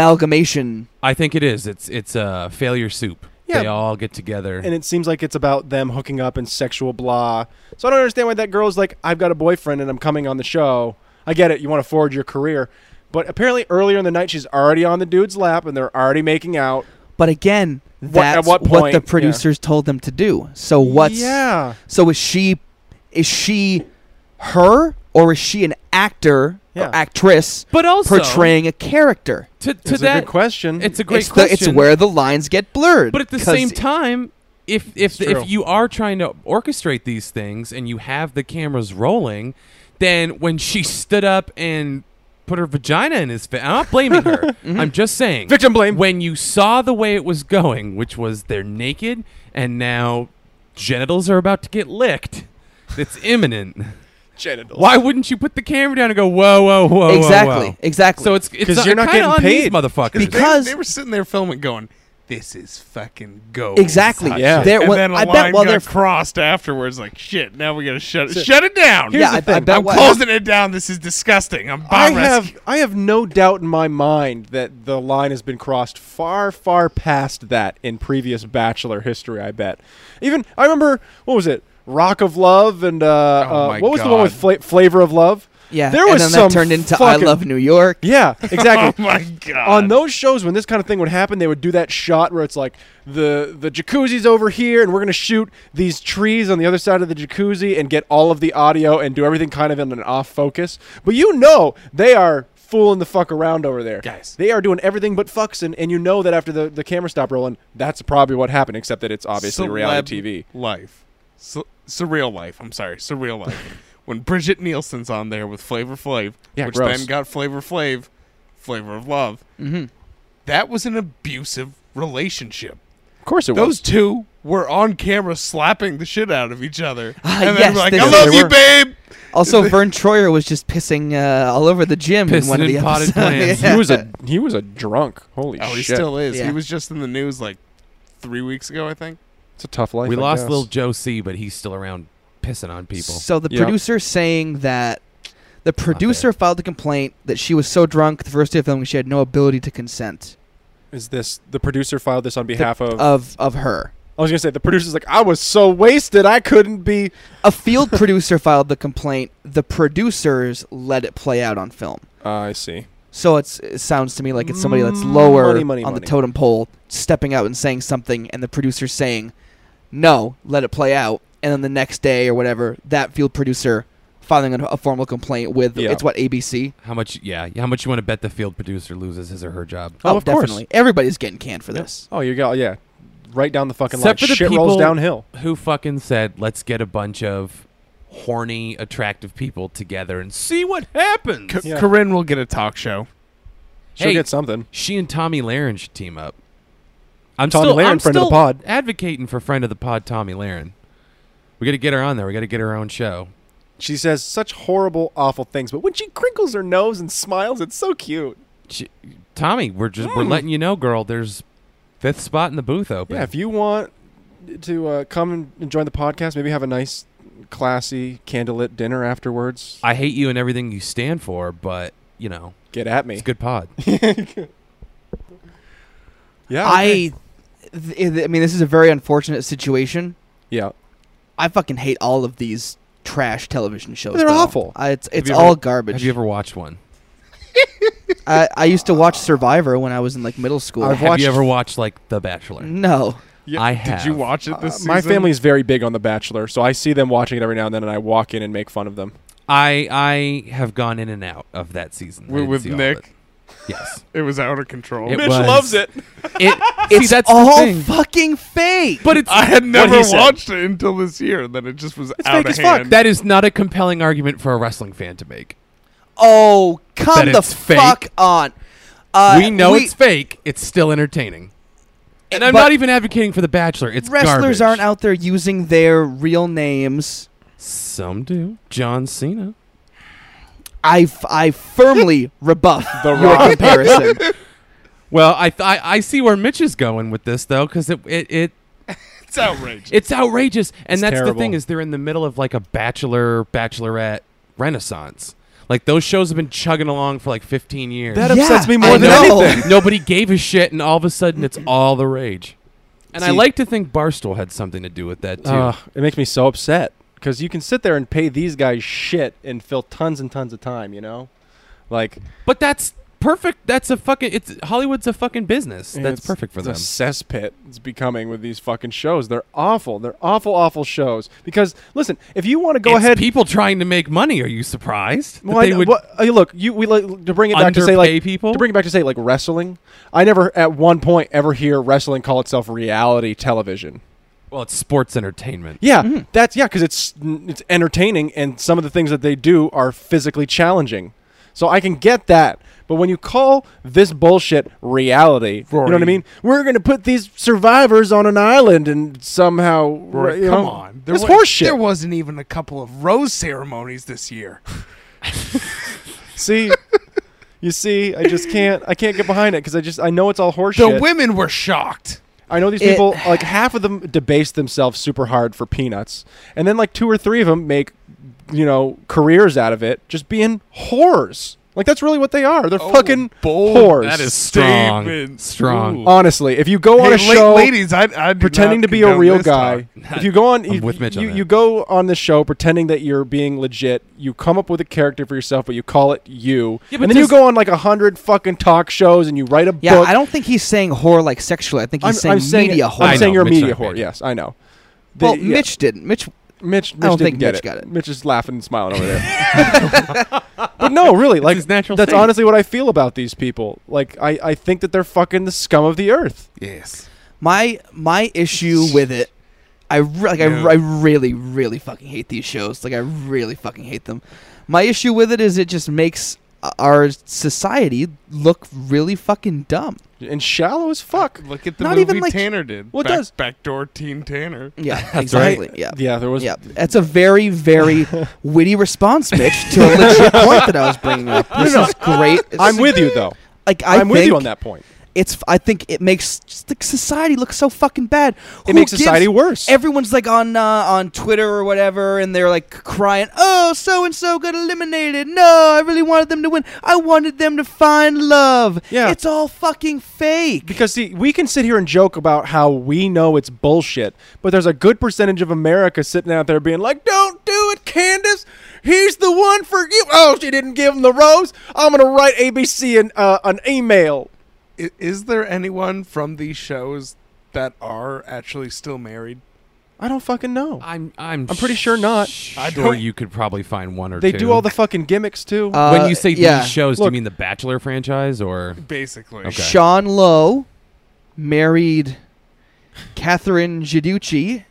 amalgamation. I think it is. It's it's uh, failure soup. Yeah. They all get together. And it seems like it's about them hooking up and sexual blah. So I don't understand why that girl's like, I've got a boyfriend and I'm coming on the show. I get it. You want to forward your career. But apparently earlier in the night, she's already on the dude's lap and they're already making out. But again, at that's what what, point? the Yeah. producers told them to do. So what's Yeah. So is she is she her or is she an actor Yeah. or actress but also portraying a character? to, to That's that a good question. It's a great it's, the, question. it's where the lines get blurred. But at the 'cause same time, if if It's true. if you are trying to orchestrate these things and you have the cameras rolling, then when she stood up and put her vagina in his face, I'm not <laughs> blaming her. I'm just saying Victim blame. when you saw the way it was going, which was they're naked and now genitals are about to get licked. It's <laughs> imminent. Genitals. Why wouldn't you put the camera down and go whoa whoa whoa Oh, whoa, exactly, whoa? exactly. So it's it's 'Cause you're not kinda getting on these paid. motherfuckers. They- Because- they, were sitting there filming, going, "This is fucking gold." exactly. Yeah. There- and well, then a I line bet while got they're crossed afterwards, like shit. Now we gotta shut it, shut it down. yeah, I, the I thing. bet I'm while- closing it down. This is disgusting. I'm bomb I rescue. <laughs> have I have no doubt in my mind that the line has been crossed far far past that in previous Bachelor history. I bet. Even I remember what was it Rock of Love and uh, Oh uh, my what was the one God. with fla- Flavor of Love? Yeah, there and was then some that turned into I fucking- love New York. <laughs> Yeah, <laughs> exactly. Oh my god. On those shows, when this kind of thing would happen, they would do that shot where it's like the the jacuzzi's over here, and we're gonna shoot these trees on the other side of the jacuzzi and get all of the audio and do everything kind of in an off focus. But you know they are fooling the fuck around over there, Guys. They are doing everything but fucks, and, and you know that after the the camera stopped rolling, that's probably what happened. Except that it's obviously reality TV. Celeb life, Su- surreal life. I'm sorry, surreal life. when Bridget Nielsen's on there with Flavor Flav, Yeah, which gross. then got Flavor Flav, Flavor of Love. hmm That was an abusive relationship. Of course, it Those was. two were on camera slapping the shit out of each other, Ah, and yes, then were like, they "I were. love They you, were. babe." <laughs> Also, Vern Troyer was just pissing uh, all over the gym in Pissing one of in the potted episodes. <laughs> plants. Yeah. He was a he was a drunk. Holy Oh, shit! he still is. Yeah. He was just in the news like three weeks ago, I think. it's a tough life. we I lost guess. little Joe C, but he's still around pissing on people. So the Yeah. producer saying that the producer filed a complaint that she was so drunk the first day of filming she had no ability to consent Is this the producer filed this on behalf of? of of her. I was gonna say the producer's like, I was so wasted, I couldn't be. A <laughs> field producer filed the complaint. The producers let it play out on film. Uh, I see. So it's, it sounds to me like it's somebody that's Mm, lower money, money, on money. the totem pole stepping out and saying something, and the producer saying, "No, let it play out." And then the next day or whatever, that field producer filing a, a formal complaint with Yeah. it's what ABC. How much? Yeah, how much you want to bet the field producer loses his or her job? Oh, of course. definitely. Everybody's getting canned for this. Oh, you got yeah, right down the fucking Except line. for the Shit rolls people- downhill. Oh, Who fucking said? Let's get a bunch of horny, attractive people together and see what happens. C- Yeah. Corinne will get a talk show. She'll Hey. get something. she and Tommy Laren should team up. I'm Tommy still, Lahren, I'm friend of the still pod. advocating for friend of the pod Tommy Laren. We got to get her on there. We got to get her own show. She says such horrible, awful things, but when she crinkles her nose and smiles, it's so cute. Ch- Tommy, we're just we're letting you know, girl. There's fifth spot in the booth open. Hmm. Yeah, if you want to uh, come and join the podcast, maybe have a nice, classy, candlelit dinner afterwards. I hate you and everything you stand for, but you know Get at me. it's good pod. Yeah. okay. I, th- I mean, this is a very unfortunate situation. Yeah. I fucking hate all of these trash television shows. They're though. awful. I, it's it's you all ever- garbage. Have you ever watched one? I, I used to watch Survivor when I was in like middle school. I've Have watched- you ever watched like The Bachelor? no. Yeah, I Did you have. watch it this Uh, season? my family is very big on The Bachelor, so I see them watching it every now and then, and I walk in and make fun of them. I I have gone in and out of that season I Wi- didn't with see all of Nick. it. Yes, It was out of control. It Mitch was. loves it. it It's see, that's the all thing. fucking fake. but it's I had never he said. watched it until this year, and then it just was It's out fake of as fuck. hand. that is not a compelling argument for a wrestling fan to make. oh, come That the it's fake. fuck on. Uh, we know it's fake. It's still entertaining. And I'm but not even advocating for The Bachelor. It's Wrestlers garbage. aren't out there using their real names. Some do. John Cena. I, f- I <laughs> firmly rebuff The your Rock. comparison. Well, I th- I, I see where Mitch is going with this though, because it, it it it's <laughs> outrageous. it's outrageous, and It's that's the terrible. thing is they're in the middle of like a Bachelor Bachelorette renaissance. Like those shows have been chugging along for like 15 <laughs> years. That Yeah, upsets me more I than know. anything. <laughs> Nobody gave a shit, and all of a sudden it's all the rage. And I See- like to think Barstool had something to do with that too. Ugh, it makes me so upset because you can sit there and pay these guys shit and fill tons and tons of time, you know? Like, But that's perfect. That's a fucking. It's Hollywood's a fucking business. that's it's- perfect for it's them. A cesspit it's becoming with these fucking shows. They're awful. They're awful, awful shows. Because listen, if you want to go It's ahead, People trying to make money. Are you surprised? that well, I they know- would what- hey, look, you we like, to bring it back to say underpay like people? to bring it back to say like wrestling. I never at one point ever hear wrestling call itself reality television. Well, it's sports entertainment. Yeah, Mm-hmm. that's yeah, because it's it's entertaining, and some of the things that they do are physically challenging. So I can get that, but when you call this bullshit reality, you know what I Rory. mean? We're gonna put these survivors on an island and somehow, Rory, you come know, on. That's wa- horseshit. There wasn't even a couple of rose ceremonies this year. <laughs> see, you see, I just can't, I can't get behind it because I just, I know it's all The horseshit. women were shocked. I know these It- people, like half of them debase themselves super hard for peanuts. And then like two or three of them make, you know, careers out of it just being whores. Like that's really what they are. Oh, They're fucking bold. whores. Oh. That is strong. Strong. Ooh. honestly, if you go on Hey, a la- show ladies, I, I do pretending not to be a condone real this guy, if you go on I'm you, with Mitch on you, that. you go on this show pretending that you're being legit, you come up with a character for yourself but you call it you. Yeah, but and then you does- go on like a 100 fucking talk shows and you write a Yeah, book. I don't think he's saying whore like sexually. I think he's saying media whore. I I'm saying know, you're a Mitch media said whore. media. Yes, I know. The- well, yeah. Mitch didn't. Mitch Mitch, Mitch I don't didn't think get Mitch it. got it. Mitch is laughing and smiling over there. <laughs> but no, really, like his natural that's state. honestly what I feel about these people. Like I, I think that they're fucking the scum of the earth. Yes. My my <laughs> issue with it, I re- like I, Yeah. I really really fucking hate these shows. Like I really fucking hate them. My issue with it is it just makes o- our society look really fucking dumb. And shallow as fuck. Look at the Not movie even like- Tanner did. Well, it Back- does- Backdoor Teen Tanner. <laughs> Yeah, right. exactly. Yeah. Yeah, there was Yeah, that's a very, <laughs> very witty response, Mitch, to a legit point that I was bringing <laughs> up. This is great. It's- I'm with you though. Like I I'm with you think on that point. It's. I think it makes just, like, society look so fucking bad. It Who makes gives- society worse. everyone's like on uh, on Twitter or whatever, and they're like crying, "Oh, so and so got eliminated. No, I really wanted them to win. I wanted them to find love. Yeah. it's all fucking fake. because see, we can sit here and joke about how we know it's bullshit, but there's a good percentage of America sitting out there being like, "Don't do it, Candace. He's the one for you." Oh, she didn't give him the rose. I'm gonna write ABC an uh, an email. I- is there anyone from these shows that are actually still married? I don't fucking know. I'm I'm I'm pretty sure not. I sure don't- you could probably find one or they two. do all the fucking gimmicks too. Uh, when you say yeah. these shows, do Look. you mean the Bachelor franchise or? Basically. Okay. Sean Lowe married Catherine Giudice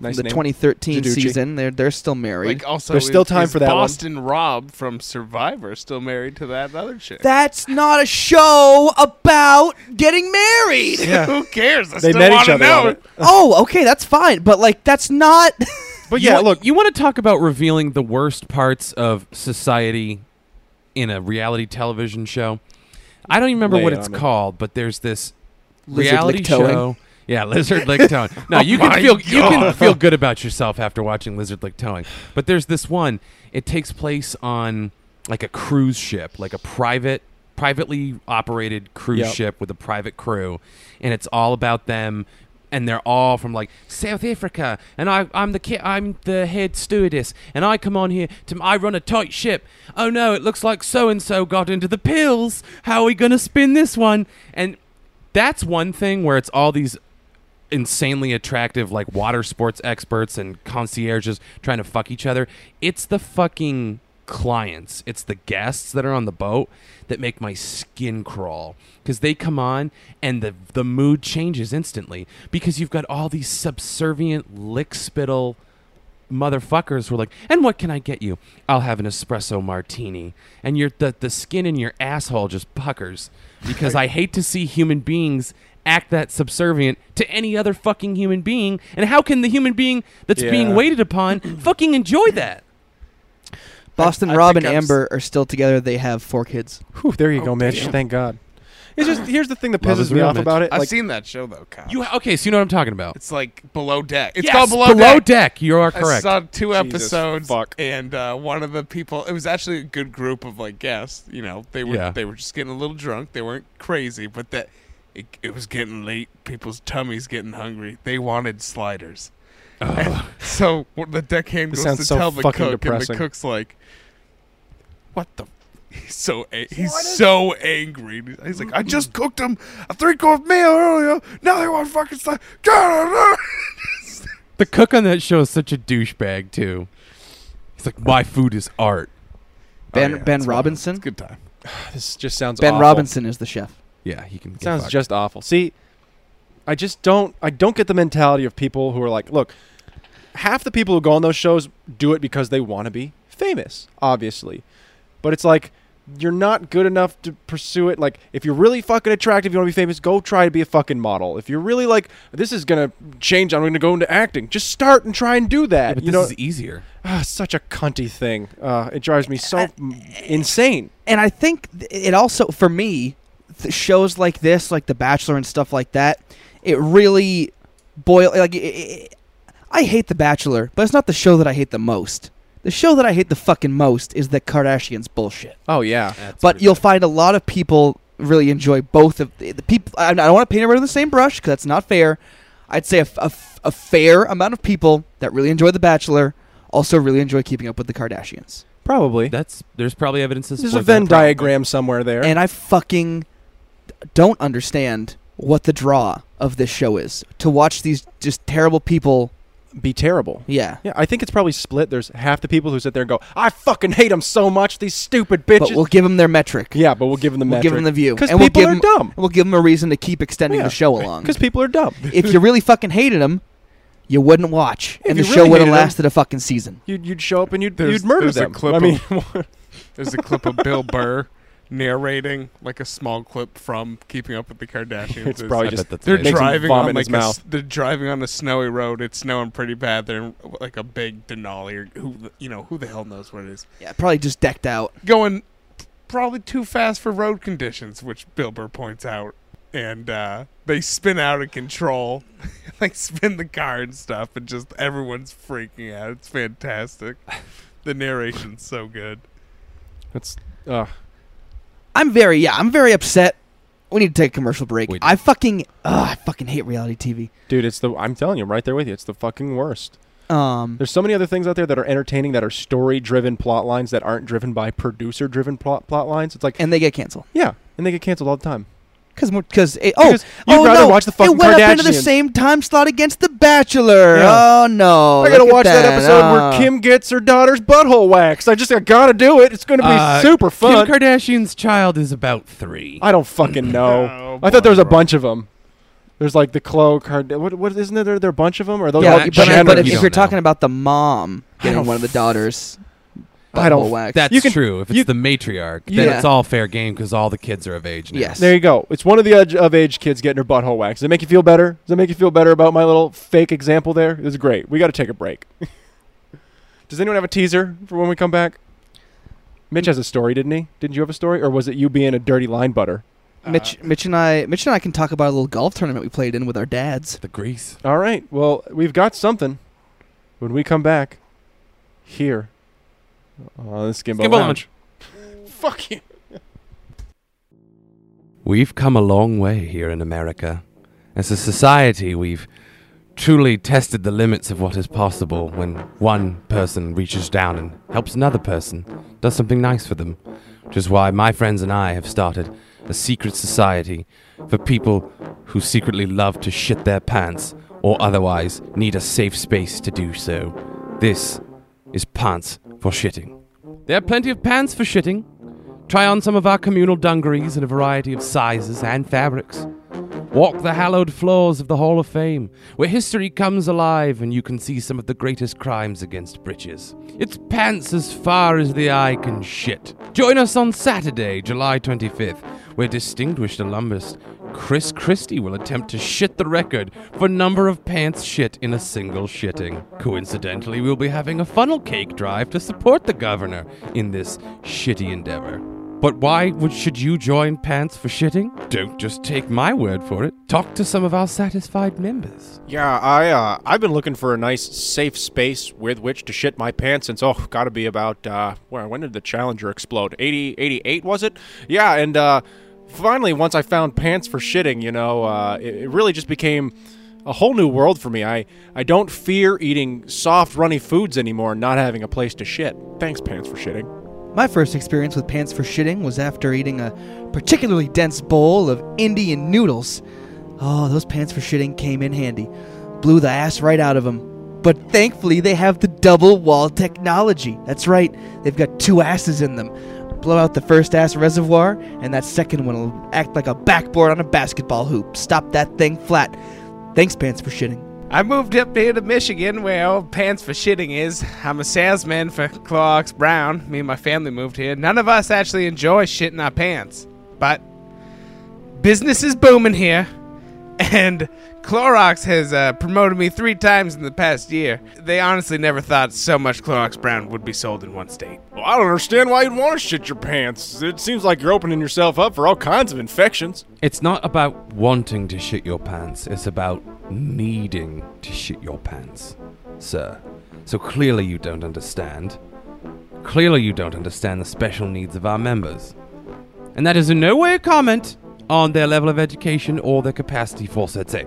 nice in the name. 2013 Giudice. season. They're they're still married. Like also, There's still is- time is for that one. Boston Rob from Survivor still married to that other chick. that's not a show about getting married. <laughs> <laughs> <laughs> yeah. Who cares? I They still met each wanna <laughs> other Know. on it. oh, okay, that's fine, but like that's not But You yeah, wa- <laughs> look, you want to talk about revealing the worst parts of society in a reality television show? I don't even remember Lay what it it's on me. called, but there's this Lizard reality lick towing. show. Yeah, lizard lick towing. <laughs> No, Oh you my can feel you can God. feel good about yourself after watching lizard lick towing. But there's this one. It takes place on like a cruise ship, like a private, privately operated cruise Yep. ship with a private crew, and it's all about them. And they're all from like South Africa, and I, I'm the ki- I'm the head stewardess, and I come on here to I run a tight ship. Oh no, it looks like so and so got into the pills. How are we gonna spin this one? And that's one thing where it's all these insanely attractive like water sports experts and concierges trying to fuck each other. It's the fucking clients, it's the guests that are on the boat that make my skin crawl cuz they come on and the the mood changes instantly because you've got all these subservient lick spittle motherfuckers were like, and what can I get you? I'll have an espresso martini. And your the, the skin in your asshole just puckers because I hate to see human beings act that subservient to any other fucking human being. And how can the human being that's Yeah. being waited upon <clears throat> fucking enjoy that? <laughs> Boston I Oh, Rob think and I'm s- Amber are still together. They have four kids. whew, there you go, Mitch. Thank God. It's just here's the thing that Love pisses is me real, off Mitch. about it. I've like, seen that show though, Kyle. You okay? So you know what I'm talking about. it's like below deck. It's Yes, called below, deck. You are I correct. saw two Jesus episodes, fuck. and uh, one of the people. It was actually a good group of like guests. You know, they were Yeah. they were just getting a little drunk. They weren't crazy, but that it, it was getting late. People's tummies getting hungry. They wanted sliders. And So what the deckhand This goes sounds to so tell the cook, fucking depressing. and the cook's like, "What the." He's so a- he's so angry. He's like, I just cooked them a three course meal earlier. Now they want fucking <laughs> Oh, sliders. the cook on that show is such a douchebag too. He's like, my food is art. Ben yeah, Ben it's fine. Robinson. Good time. this just sounds Ben awful. Robinson is the chef. Yeah, he can. get Sounds fucked. just awful. See, I just don't. I don't get the mentality of people who are like, look, half the people who go on those shows do it because they want to be famous, obviously. But it's like you're not good enough to pursue it. Like, if you're really fucking attractive, you want to be famous, go try to be a fucking model. If you're really like, this is gonna change. I'm gonna go into acting. Just start and try and do that. Yeah, but you this know, is e- easier. Ah, such a cunty thing. Uh, it drives me so mm, insane. and I think th- it also for me th- shows like this, like The Bachelor and stuff like that, it really boil like it, it, I hate The Bachelor, but it's not the show that I hate the most. The show that I hate the fucking most is the Kardashians bullshit. Oh yeah. That's But pretty you'll bad. find a lot of people really enjoy both of the, the people. I, I don't want to paint everyone with the same brush because that's not fair. I'd say a, f- a f- a fair amount of people that really enjoy The Bachelor also really enjoy keeping up with the Kardashians. Probably. <laughs> That's there's probably evidence. to There's a support Venn that, probably. diagram somewhere there. and I fucking don't understand what the draw of this show is to watch these just terrible people. be terrible. Yeah, Yeah, I think it's probably split. There's half the people who sit there and go, "I fucking hate them so much, these stupid bitches." but we'll give them their metric. yeah, but we'll give them the we'll give them the view, because and we'll people give are them dumb. we'll give them a reason to keep extending Yeah. the show along. Because people are dumb. if you really fucking hated them, you wouldn't watch, If and you the really show would hated have 'em- lasted a fucking season. You'd, you'd show up and you'd There's- you'd murder there's a them. clip I of- mean, There's a clip of Bill Burr narrating like a small clip from Keeping Up with the Kardashians. <laughs> It's probably I just- bet that's they're amazing. makes him driving vomit on in his like a s- mouth. they're driving on a snowy road. It's snowing pretty bad. They're in like a big Denali or who the- you know who the hell knows what it is. Yeah, probably just decked out. Going probably too fast for road conditions, which Bill Burr points out. And uh, they spin out of control, <laughs> like spin the car and stuff, and just everyone's freaking out. It's fantastic. The narration's so good. it's uh, I'm very yeah, I'm very upset. We need to take a commercial break. We do. I fucking ugh, I fucking hate reality TV. dude. It's the I'm telling you, I'm right there with you. It's the fucking worst. Um, There's so many other things out there that are entertaining, that are story-driven plot lines that aren't driven by producer-driven plot plot lines. It's like, and they get canceled. yeah, and they get canceled all the time. Cause, more- cause it, oh, Because oh you'd rather no, watch the fucking it went up into the Kardashians. same time slot against The Bachelor. Yeah. Oh no! I gotta look at watch that, episode Ah. where Kim gets her daughter's butthole waxed. I just I gotta do it. It's gonna be Uh, super fun. Uh, Kim Kardashian's child is about three. I don't fucking know. Oh, I thought there was a boy. bunch of them. There's like the cloak. Card- what? What? Isn't there? There are a bunch of them? Or those Yeah, all but- but, Jenner, but if, you if don't you're know. talking about the mom getting don't one of the daughters, I don't- butthole waxed. That's You can- true. If it's you- the matriarch, then Yeah. it's all fair game because all the kids are of age now. Yes. there you go. It's one of the edge of age kids getting her butthole waxed. Does it make you feel better? Does it make you feel better about my little fake example there? It's great. We got to take a break. <laughs> Does anyone have a teaser for when we come back? Mitch has a story, didn't he? Didn't you have a story, or was it you being a dirty line butter? Mitch, Mitch and I, Mitch and I can talk about a little golf tournament we played in with our dads. The grease. All right. Well, we've got something. When we come back, here Uh, on the Skimbo, Skimbo Lounge. Fuck you. We've come a long way here in America. As a society, we've truly tested the limits of what is possible when one person reaches down and helps another person, does something nice for them. Which is why my friends and I have started a secret society for people who secretly love to shit their pants or otherwise need a safe space to do so. This is Pants for Shitting. There are plenty of pants for shitting. Try on some of our communal dungarees in a variety of sizes and fabrics. Walk the hallowed floors of the Hall of Fame, where history comes alive and you can see some of the greatest crimes against breeches. It's pants as far as the eye can shit. Join us on Saturday, July 25th, where distinguished alumnus Chris Christie will attempt to shit the record for number of pants shit in a single shitting. Coincidentally, we'll be having a funnel cake drive to support the governor in this shitty endeavor. But why would, should you join Pants for Shitting? Don't just take my word for it. Talk to some of our satisfied members. Yeah, I uh, I've been looking for a nice safe space with which to shit my pants since oh, got to be about uh, where when did the Challenger explode? 80, 88 was it? Yeah, and uh, finally once I found pants for shitting, you know, uh, it, it really just became a whole new world for me. I I don't fear eating soft runny foods anymore and not having a place to shit. Thanks pants for shitting. My first experience with pants for shitting was after eating a particularly dense bowl of Indian noodles. Oh, those pants for shitting came in handy. Blew the ass right out of them. But thankfully, they have the double wall technology. That's right, they've got two asses in them. Blow out the first ass reservoir, and that second one will act like a backboard on a basketball hoop. Stop that thing flat. Thanks, pants for shitting. I moved up here to Michigan, where old pants for shitting is. I'm a salesman for Clorox Brown. Me and my family moved here. None of us actually enjoy shitting our pants, but business is booming here, <laughs> and Clorox has uh, promoted me three times in the past year. They honestly never thought so much Clorox Brown would be sold in one state. Well, I don't understand why you'd want to shit your pants. It seems like you're opening yourself up for all kinds of infections. It's not about wanting to shit your pants, it's about needing to shit your pants, sir. So clearly you don't understand. Clearly you don't understand the special needs of our members. And that is in no way a comment on their level of education or their capacity for sensei.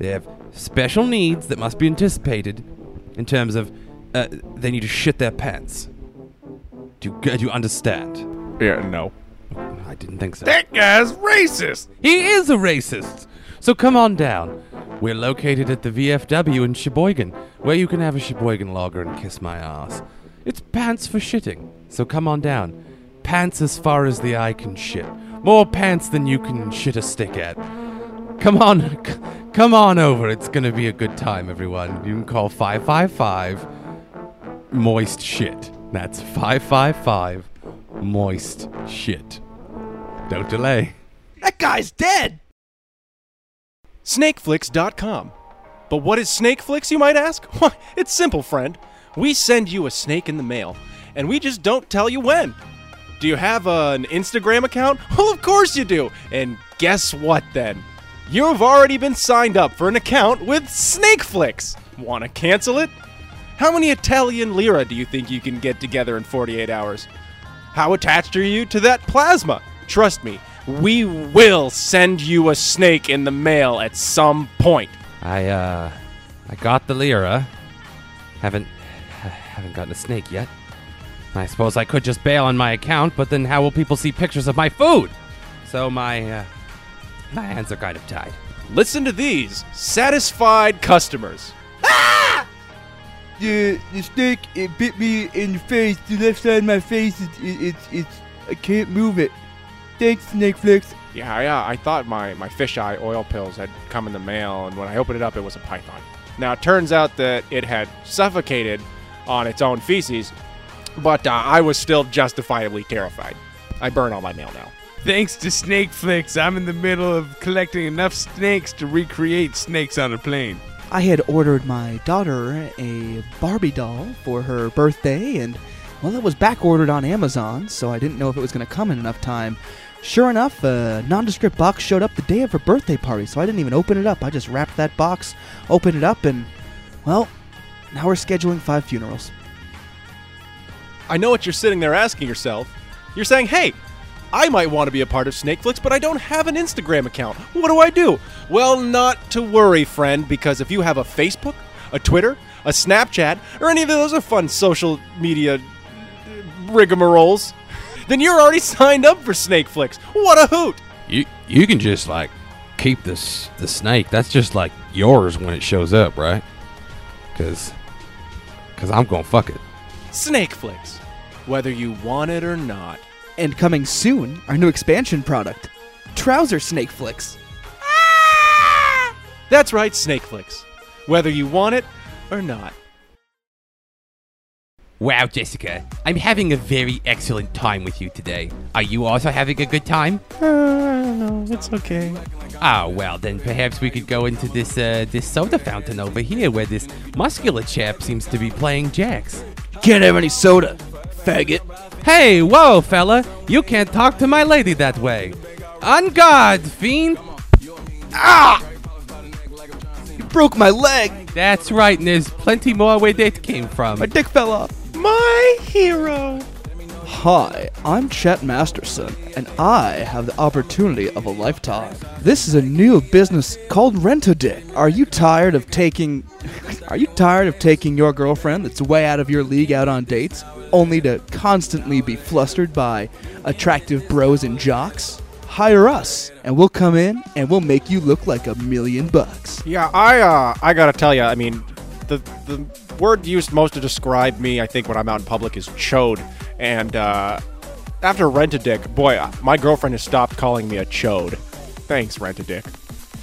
They have special needs that must be anticipated in terms of uh, they need to shit their pants. Do you, do you understand? Yeah, no. I didn't think so. That guy's racist. He is a racist. So come on down. We're located at the VFW in Sheboygan, where you can have a Sheboygan lager and kiss my ass. It's pants for shitting. So come on down. Pants as far as the eye can shit. More pants than you can shit a stick at. Come on, <laughs> c- come on over. It's gonna be a good time, everyone. You can call 555 moist shit. That's 555 moist shit. Don't delay. That guy's dead! snakeflix.com. But what is Snakeflix, you might ask? <laughs> Why, it's simple, friend. We send you a snake in the mail, and we just don't tell you when. Do you have uh, an Instagram account? <laughs> Well, of course you do. And guess what then? You've already been signed up for an account with Snakeflix. Want to cancel it? How many Italian lira do you think you can get together in 48 hours? How attached are you to that plasma? Trust me, we will send you a snake in the mail at some point. I uh, I got the lira. Haven't ha- haven't gotten a snake yet. I suppose I could just bail on my account, but then how will people see pictures of my food? So my uh, my hands are kind of tied. Listen to these satisfied customers. the the snake it bit me in the face. The left side of my face is it, it's it's I can't move it. Thanks, Snake Flicks. Yeah, yeah, I thought my, my fisheye oil pills had come in the mail, and when I opened it up, it was a python. Now, it turns out that it had suffocated on its own feces, but uh, I was still justifiably terrified. I burn all my mail now. Thanks to Snake Flicks, I'm in the middle of collecting enough snakes to recreate snakes on a plane. I had ordered my daughter a Barbie doll for her birthday, and well, it was back ordered on Amazon, so I didn't know if it was going to come in enough time. Sure enough, a nondescript box showed up the day of her birthday party, so I didn't even open it up. I just wrapped that box, opened it up, and well, now we're scheduling five funerals. I know what you're sitting there asking yourself. You're saying, hey, I might want to be a part of Snakeflix, but I don't have an Instagram account. What do I do? Well, not to worry, friend, because if you have a Facebook, a Twitter, a Snapchat, or any of those other fun social media uh, rigmaroles, then you're already signed up for Snakeflix. What a hoot! You you can just like keep this the snake. That's just like yours when it shows up, right? Cause cause I'm gonna fuck it. Snakeflix, whether you want it or not. And coming soon, our new expansion product, Trouser Snake Flicks. That's right, Snakeflix, whether you want it or not. Wow, Jessica, I'm having a very excellent time with you today. Are you also having a good time? Uh, no, it's okay. Oh, well, then perhaps we could go into this uh, this soda fountain over here where this muscular chap seems to be playing jacks. Can't have any soda, faggot. Hey, whoa, fella! You can't talk to my lady that way. On guard, fiend! You broke my leg. That's right, and there's plenty more where that came from. My dick fell off. My hero. Hi, I'm Chet Masterson, and I have the opportunity of a lifetime. This is a new business called Rent-A-Dick. Are you tired of taking <laughs> Are you tired of taking your girlfriend that's way out of your league out on dates only to constantly be flustered by attractive bros and jocks? Hire us, and we'll come in and we'll make you look like a million bucks. Yeah, I uh, I gotta tell you, I mean, the the word used most to describe me, I think, when I'm out in public is chode. And uh, after Rent a Dick, boy, uh, my girlfriend has stopped calling me a chode. Thanks, Rent a Dick.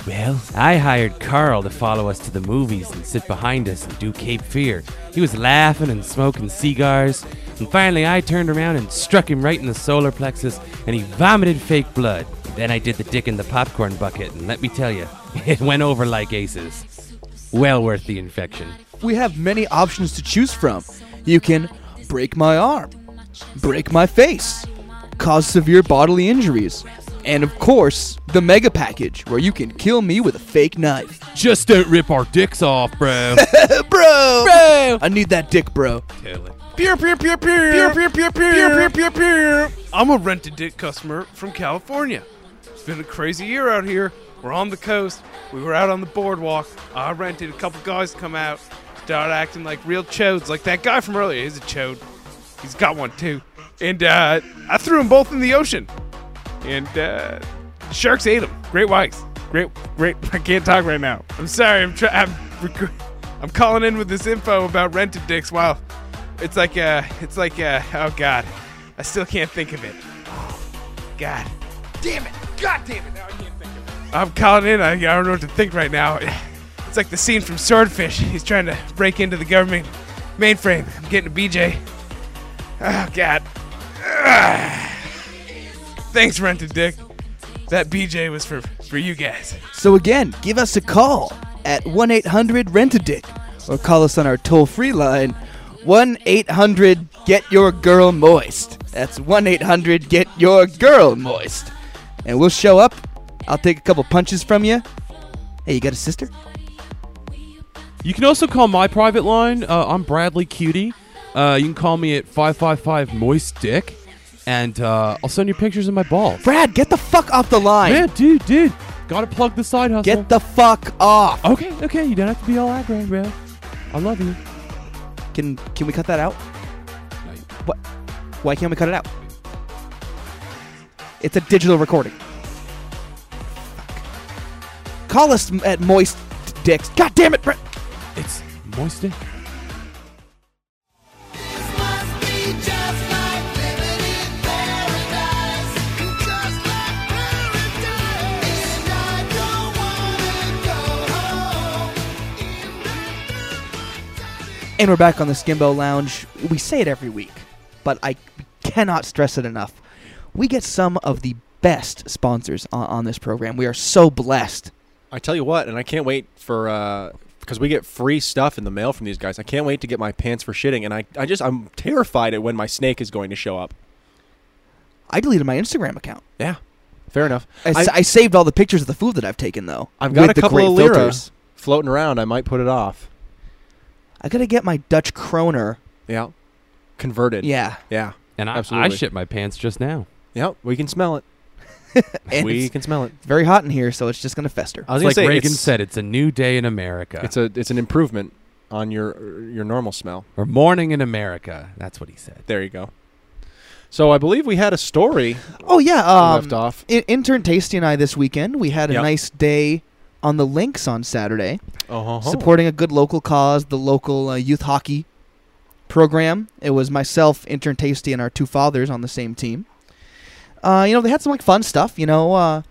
Well, I hired Carl to follow us to the movies and sit behind us and do Cape Fear. He was laughing and smoking cigars, and finally I turned around and struck him right in the solar plexus, and he vomited fake blood. Then I did the dick in the popcorn bucket, and let me tell you, <laughs> it went over like aces. Well worth the infection. We have many options to choose from. You can break my arm, break my face, cause severe bodily injuries, and of course, the mega package where you can kill me with a fake knife. Just don't rip our dicks off, bro. bro! Bro! I need that dick, bro. I'm a rent a dick customer from California. It's been a crazy year out here. We're on the coast. We were out on the boardwalk. I rented a couple guys to come out, start acting like real chodes, like that guy from earlier. He's a chode. He's got one too. And uh, I threw them both in the ocean. And uh, sharks ate them. Great whites. Great, great. <laughs> I can't talk right now. I'm sorry. I'm trying. I'm, regr- I'm calling in with this info about rented dicks. Wow, it's like uh, it's like uh, oh god, I still can't think of it. God. Damn it! God damn it! Now I can't think of it. I'm calling in. I, I don't know what to think right now. It's like the scene from Swordfish. He's trying to break into the government mainframe. I'm getting a BJ. Oh, God. <sighs> Ah. Thanks, Rented Dick. That BJ was for, for you guys. So again, give us a call at 1 800 Rent a Dick or call us on our toll free line 1 800 Get Your Girl Moist. That's 1 800 Get Your Girl Moist. And we'll show up. I'll take a couple punches from you. Hey, you got a sister? You can also call my private line. Uh, I'm Bradley Cutie. Uh, you can call me at 555 Moist Dick, and uh, I'll send you pictures of my balls. Brad, get the fuck off the line. Yeah, dude, dude. Gotta plug the side hustle. Get the fuck off. okay, okay. You don't have to be all aggro, bro. I love you. Can can we cut that out? No, you- What? Why can't we cut it out? It's a digital recording. Call us m- at Moist Dicks. God damn it, Brett. It's Moist Dick. And we're back on the Skimbo Lounge. We say it every week, but I cannot stress it enough. We get some of the best sponsors on, on this program. We are so blessed. I tell you what, and I can't wait for uh, because we get free stuff in the mail from these guys. I can't wait to get my pants for shitting, and I, I just I'm terrified at when my snake is going to show up. I deleted my Instagram account. Yeah, fair enough. I, s- I saved all the pictures of the food that I've taken though. I've got with a the couple great of lira filters. floating around. I might put it off. I gotta get my Dutch kroner. Yeah, converted. Yeah, yeah, And I, I Absolutely. shit my pants just now. yeah. We can smell it. and we Uh, it's can smell it. very hot in here, so it's just gonna fester. I was It's gonna like say Reagan it's- said, it's a new day in America. It's a it's an improvement on your your normal smell. or morning in America. That's what he said. There you go. So I believe we had a story oh yeah, we um, left off. in- intern Tasty and I this weekend we had a Yep. nice day on the links on Saturday, Oh, ho, ho. supporting a good local cause, the local uh, youth hockey program. It was myself, intern Tasty, and our two fathers on the same team. Uh, you know, they had some like fun stuff. You know, uh,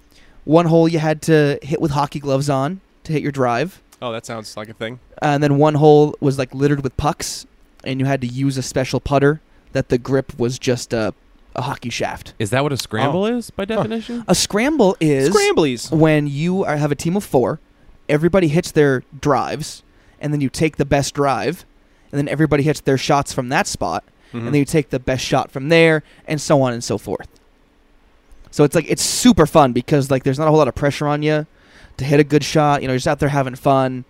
one hole you had to hit with hockey gloves on to hit your drive. Oh, that sounds like a thing. and then one hole was like littered with pucks, and you had to use a special putter that the grip was just a, a hockey shaft. Is that what a scramble Oh. is by definition? A scramble is Scramblies. when you are, have a team of four, everybody hits their drives, and then you take the best drive, and then everybody hits their shots from that spot, Mm-hmm. Mm. and then you take the best shot from there, and so on and so forth. So it's like it's super fun because like there's not a whole lot of pressure on you to hit a good shot. You know, you're just out there having fun.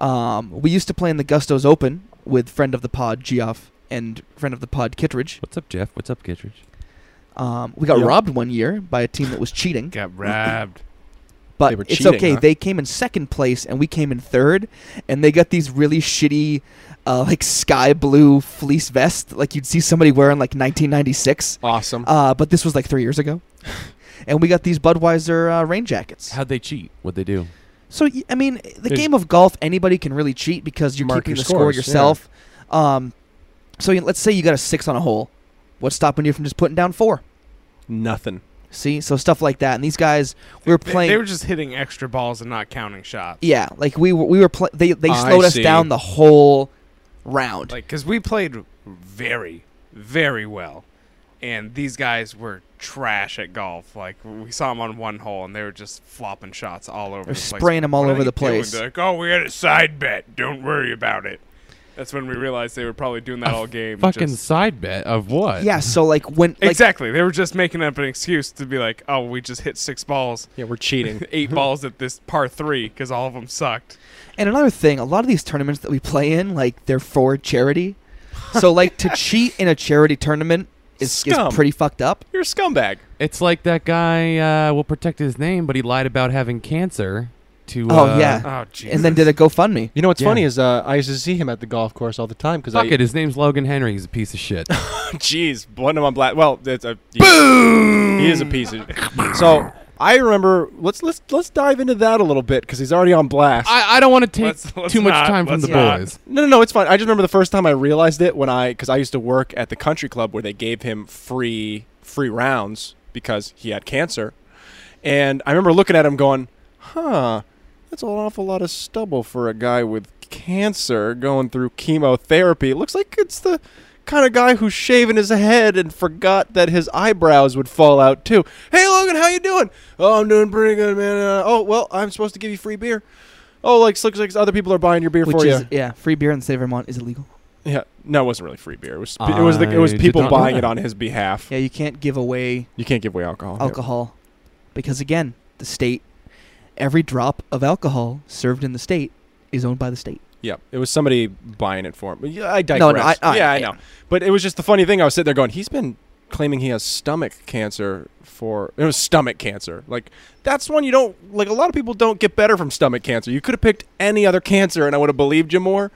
Um, we used to play in the Gustos Open with friend of the pod Geoff and friend of the pod Kittredge. What's up, Jeff? What's up, Kittredge? Um, we got Yep. robbed one year by a team that was cheating. Got robbed. But They were it's cheating, okay. huh? They came in second place and we came in third, and they got these really shitty, uh, like sky blue fleece vest, like you'd see somebody wearing like 1996. Awesome. Uh, but this was like three years <laughs> ago, and we got these Budweiser uh, rain jackets. How'd they cheat? What'd they do? So y- I mean, the There's- game of golf, anybody can really cheat because you're Mark keeping your the score scores, yeah. yourself. Um, so you let's say you got a six on a hole. What's stopping you from just putting down four? Nothing. See, so stuff like that. And these guys, we were They- playing. They were just hitting extra balls and not counting shots. Yeah, like we were, we were pl- they they I slowed us see. down the whole round. Like, because we played very, very well. And these guys were trash at golf. Like, we saw them on one hole and they were just flopping shots all over They're the place. spraying 'em all "What are over you the doing?" place. They're like, oh, we had a side bet. Don't worry about it. That's when we realized they were probably doing that all game. Fucking just- side bet of what? yeah, so like when like exactly. They were just making up an excuse to be like, oh, we just hit six balls, Yeah, we're cheating. <laughs> eight balls at this par three because all of them <laughs> sucked. and another thing, a lot of these tournaments that we play in like they're for charity. So like <laughs> to cheat in a charity tournament is, is Scum. pretty fucked up. <laughs> You're a scumbag. It's like that guy uh, will protect his name, but he lied about having cancer to. Oh, uh, yeah. Oh, jeez. And then did a GoFundMe. You know what's Yeah. funny is uh, I used to see him at the golf course all the time because Fuck I it. His name's Logan Henry. He's a piece of <laughs> shit. Jeez, one of my black. Well, that's a boom. He is a piece of. So I remember. Let's let's let's dive into that a little bit because he's already on blast. I, I don't want to take Let's- let's too much not, time from let's the not. boys. no, no, no. It's fine. I just remember the first time I realized it when I because I used to work at the country club where they gave him free free rounds because he had cancer, and I remember looking at him going, "Huh, that's an awful lot of stubble for a guy with cancer going through chemotherapy. It looks like it's the." Kind of guy who's shaving his head and forgot that his eyebrows would fall out too. Hey Logan, how you doing? Oh, I'm doing pretty good, man. Uh, oh well, I'm supposed to give you free beer. Oh, like looks like other people are buying your beer Which for you. is yeah, free beer in the state of Vermont is illegal. Yeah, no, it wasn't really free beer. It was it was the, it was I did people not know buying it that. on his behalf. Yeah, you can't give away You can't give away alcohol. alcohol because again, the state every drop of alcohol served in the state is owned by the state. Yep. Yep. It was somebody buying it for him. But yeah, I digress. No, no, I- I- yeah, I know. But it was just the funny thing. I was sitting there going, he's been claiming he has stomach cancer for it was stomach cancer. Like that's one you don't like. A lot of people don't get better from stomach cancer. You could have picked any other cancer, and I would have believed you more.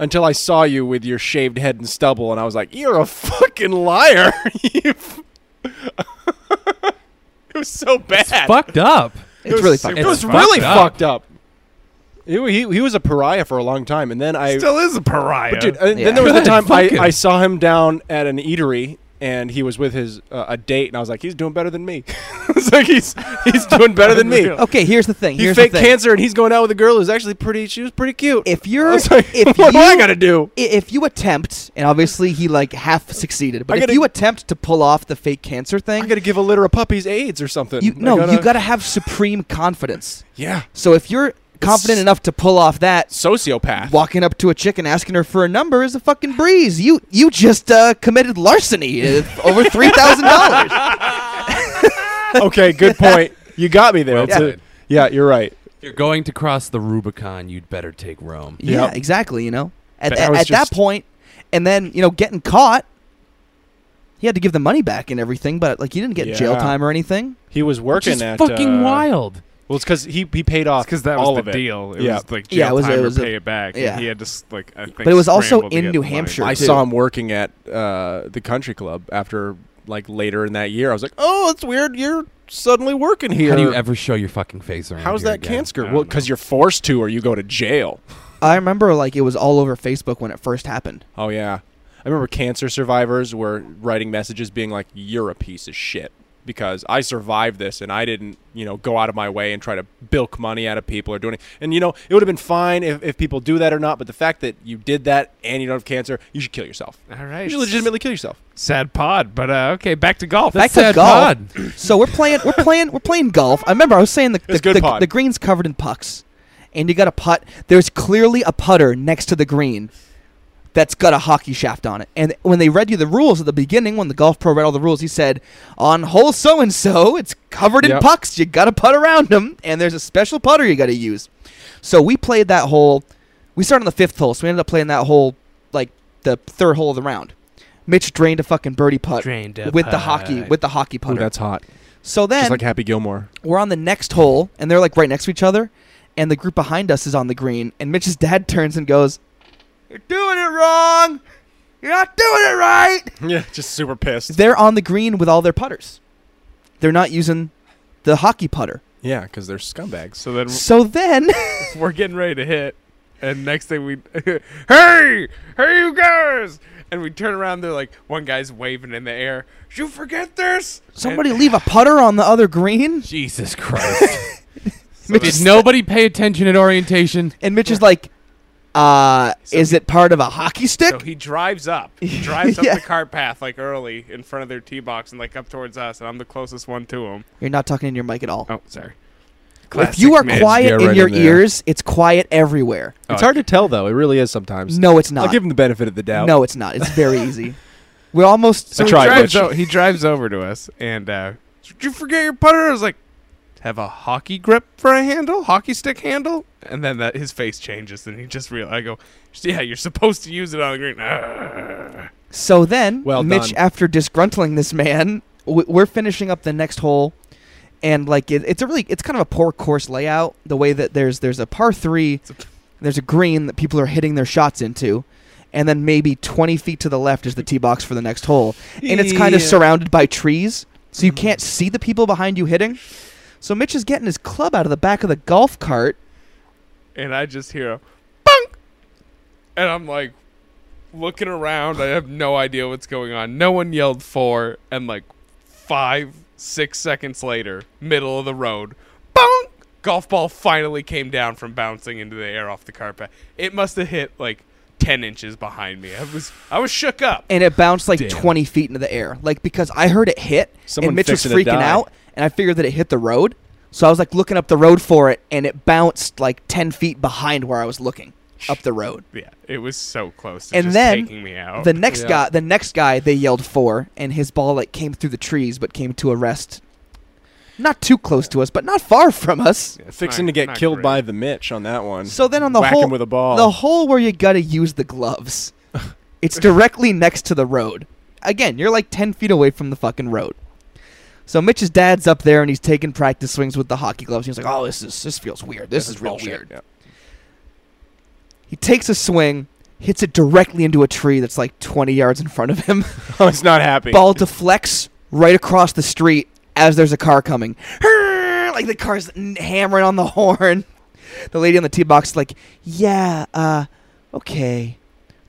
Until I saw you with your shaved head and stubble, and I was like, "You're a fucking liar!" <laughs> You f- it was so bad. Fucked up. It's really fucked It up. was really fucked up. fucked up. He, he, he was a pariah for a long time, and then I Still is a pariah. but <laughs> dude, and Yeah. then there was the Good, time I, fuck him. I saw him down at an eatery, and he was with his uh, a date, and I was like, he's doing better than me. <laughs> it's like he's he's doing better than me. Okay, here's the thing. He Here's faked the thing. cancer, and he's going out with a girl who's actually pretty. She was pretty cute. If <laughs> I you're was like, if what you do I gotta do? i- if you attempt, and obviously he like half succeeded, but I if gotta- you attempt to pull off the fake cancer I thing, gotta give a litter of puppies AIDS or something. you I no, you gotta- gotta have supreme confidence. yeah. So if you're confident enough to pull off that, Sociopath. walking up to a chick and asking her for a number is a fucking breeze. You you just uh, committed larceny uh, <laughs> over three thousand <laughs> dollars. <laughs> okay, good point. You got me there. Well It's a- played. yeah, you're right. If you're going to cross the Rubicon, you'd better take Rome. Yeah, Yep. exactly. You know, at, That at, was at that just- point, and then you know, getting caught, he had to give the money back and everything, but like he didn't get jail Yeah. time or anything. He was Which working is at fucking uh, wild. Well, it's because he he paid off because that all was of the it. deal. It Yeah. was like jail Yeah, it was- time it or was a- pay it back. and yeah. he had to s- like. I think it was also scramble to in get New the money. Hampshire. I too. saw him working at uh, the country club after like later in that year. I was like, oh, it's weird. You're suddenly working here. How do you ever show your fucking face around? How's here that again? cancer? I Well, don't because you're forced to, or you go to jail. I remember like it was all over Facebook when it first happened. Oh yeah, I remember cancer survivors were writing messages being like, "You're a piece of shit." Because I survived this, and I didn't, you know, go out of my way and try to bilk money out of people or do anything. And you know, it would have been fine if, if people do that or not. But the fact that you did that and you don't have cancer, you should kill yourself. All You right, should legitimately kill yourself. sad pod, but uh, okay, back to golf. Back to <laughs> golf. <clears throat> So we're playing, we're playing, we're playing golf. I remember I was saying the was the, good the, pod. the green's covered in pucks, and you got a putt. There's clearly a putter next to the green that's got a hockey shaft on it. And when they read you the rules at the beginning, when the golf pro read all the rules, he said, "On hole so and so, it's covered in Yep. pucks. You got to putt around them, and there's a special putter you got to use." So we played that hole. We started on the fifth hole, so we ended up playing that hole like the third hole of the round. Mitch drained a fucking birdie putt Drained with the hockey with the hockey putter. hot. so then Just like Happy Gilmore. we're on the next hole, and they're like right next to each other, and the group behind us is on the green, and Mitch's dad <laughs> turns and goes, "You're doing it wrong. You're not doing it right." Yeah, just super pissed. They're on the green with all their putters. They're not using the hockey putter. Yeah, because they're scumbags. So then <laughs> So then <laughs> we're getting ready to hit, and next thing we, <laughs> hey, hey, you guys, and we turn around. They're like, one guy's waving in the air. You forget this? somebody leave a putter on the other green, Jesus Christ! Mitch, Did nobody pay attention at orientation? and Mitch is like, "Uh, is it part of a hockey stick?" So he drives up, <laughs> he drives up Yeah. the cart path like early in front of their tee box and like up towards us, and I'm the closest one to him. You're not talking in your mic at all. Oh, sorry. if you are Mitch. quiet Yeah, in right your in there. ears, it's quiet everywhere. It's hard to tell though. It really is sometimes. No, it's not. I'll give him the benefit of the doubt. No, it's not. It's very easy. We're almost. So So I he tried, drives, Mitch. o- he drives over to us, and uh, did you forget your putter? I was like, have a hockey grip for a handle, hockey stick handle, and then that his face changes, and he just real. I go, yeah, you're supposed to use it on the green. <laughs> Ah. So then, Well Mitch, done. after disgruntling this man, w- we're finishing up the next hole, and like it, it's a really, it's kind of a poor course layout. The way that there's there's a par three, there's a green that people are hitting their shots into, and then maybe 20 feet to the left is the tee box for the next hole, and it's kind of Yeah. Mm-hmm. surrounded by trees, so you can't see the people behind you hitting. So Mitch is getting his club out of the back of the golf cart. and I just hear a bunk, and I'm like looking around. I have no idea what's going on. No one yelled for, and like five, six seconds later, middle of the road, bunk, golf ball finally came down from bouncing into the air off the carpet. It must have hit like ten inches behind me. I was I was shook up. and it bounced like Damn. 20 feet into the air. Like because I heard it hit, Someone and Mitch was fixing to freaking die. out, and I figured that it hit the road. So I was like looking up the road for it, and it bounced like 10 feet behind where I was looking up the road. Yeah, it was so close to And just then taking me out. The next guy, the next guy, they yelled for, and his ball like came through the trees, but came to a rest, not too close to us, but not far from us. It's Fixing not- to get not killed great. by the Mitch on that one. So then on the Whack hole, him with a ball. the hole where you gotta use the <laughs> gloves, it's directly next to the road. Again, you're like ten feet away from the fucking road. So Mitch's dad's up there and he's taking practice swings with the hockey gloves. He's like, "Oh, this is this feels weird. This, is real bullshit. weird." <laughs> Yeah. He takes a swing, hits it directly into a tree that's like twenty yards in front of him. <laughs> I was Oh, not happy. Ball deflects right across the street as there's a car coming. <laughs> Like the car's n- hammering on the <laughs> horn. The lady on the tee box is like, "Yeah, uh, okay,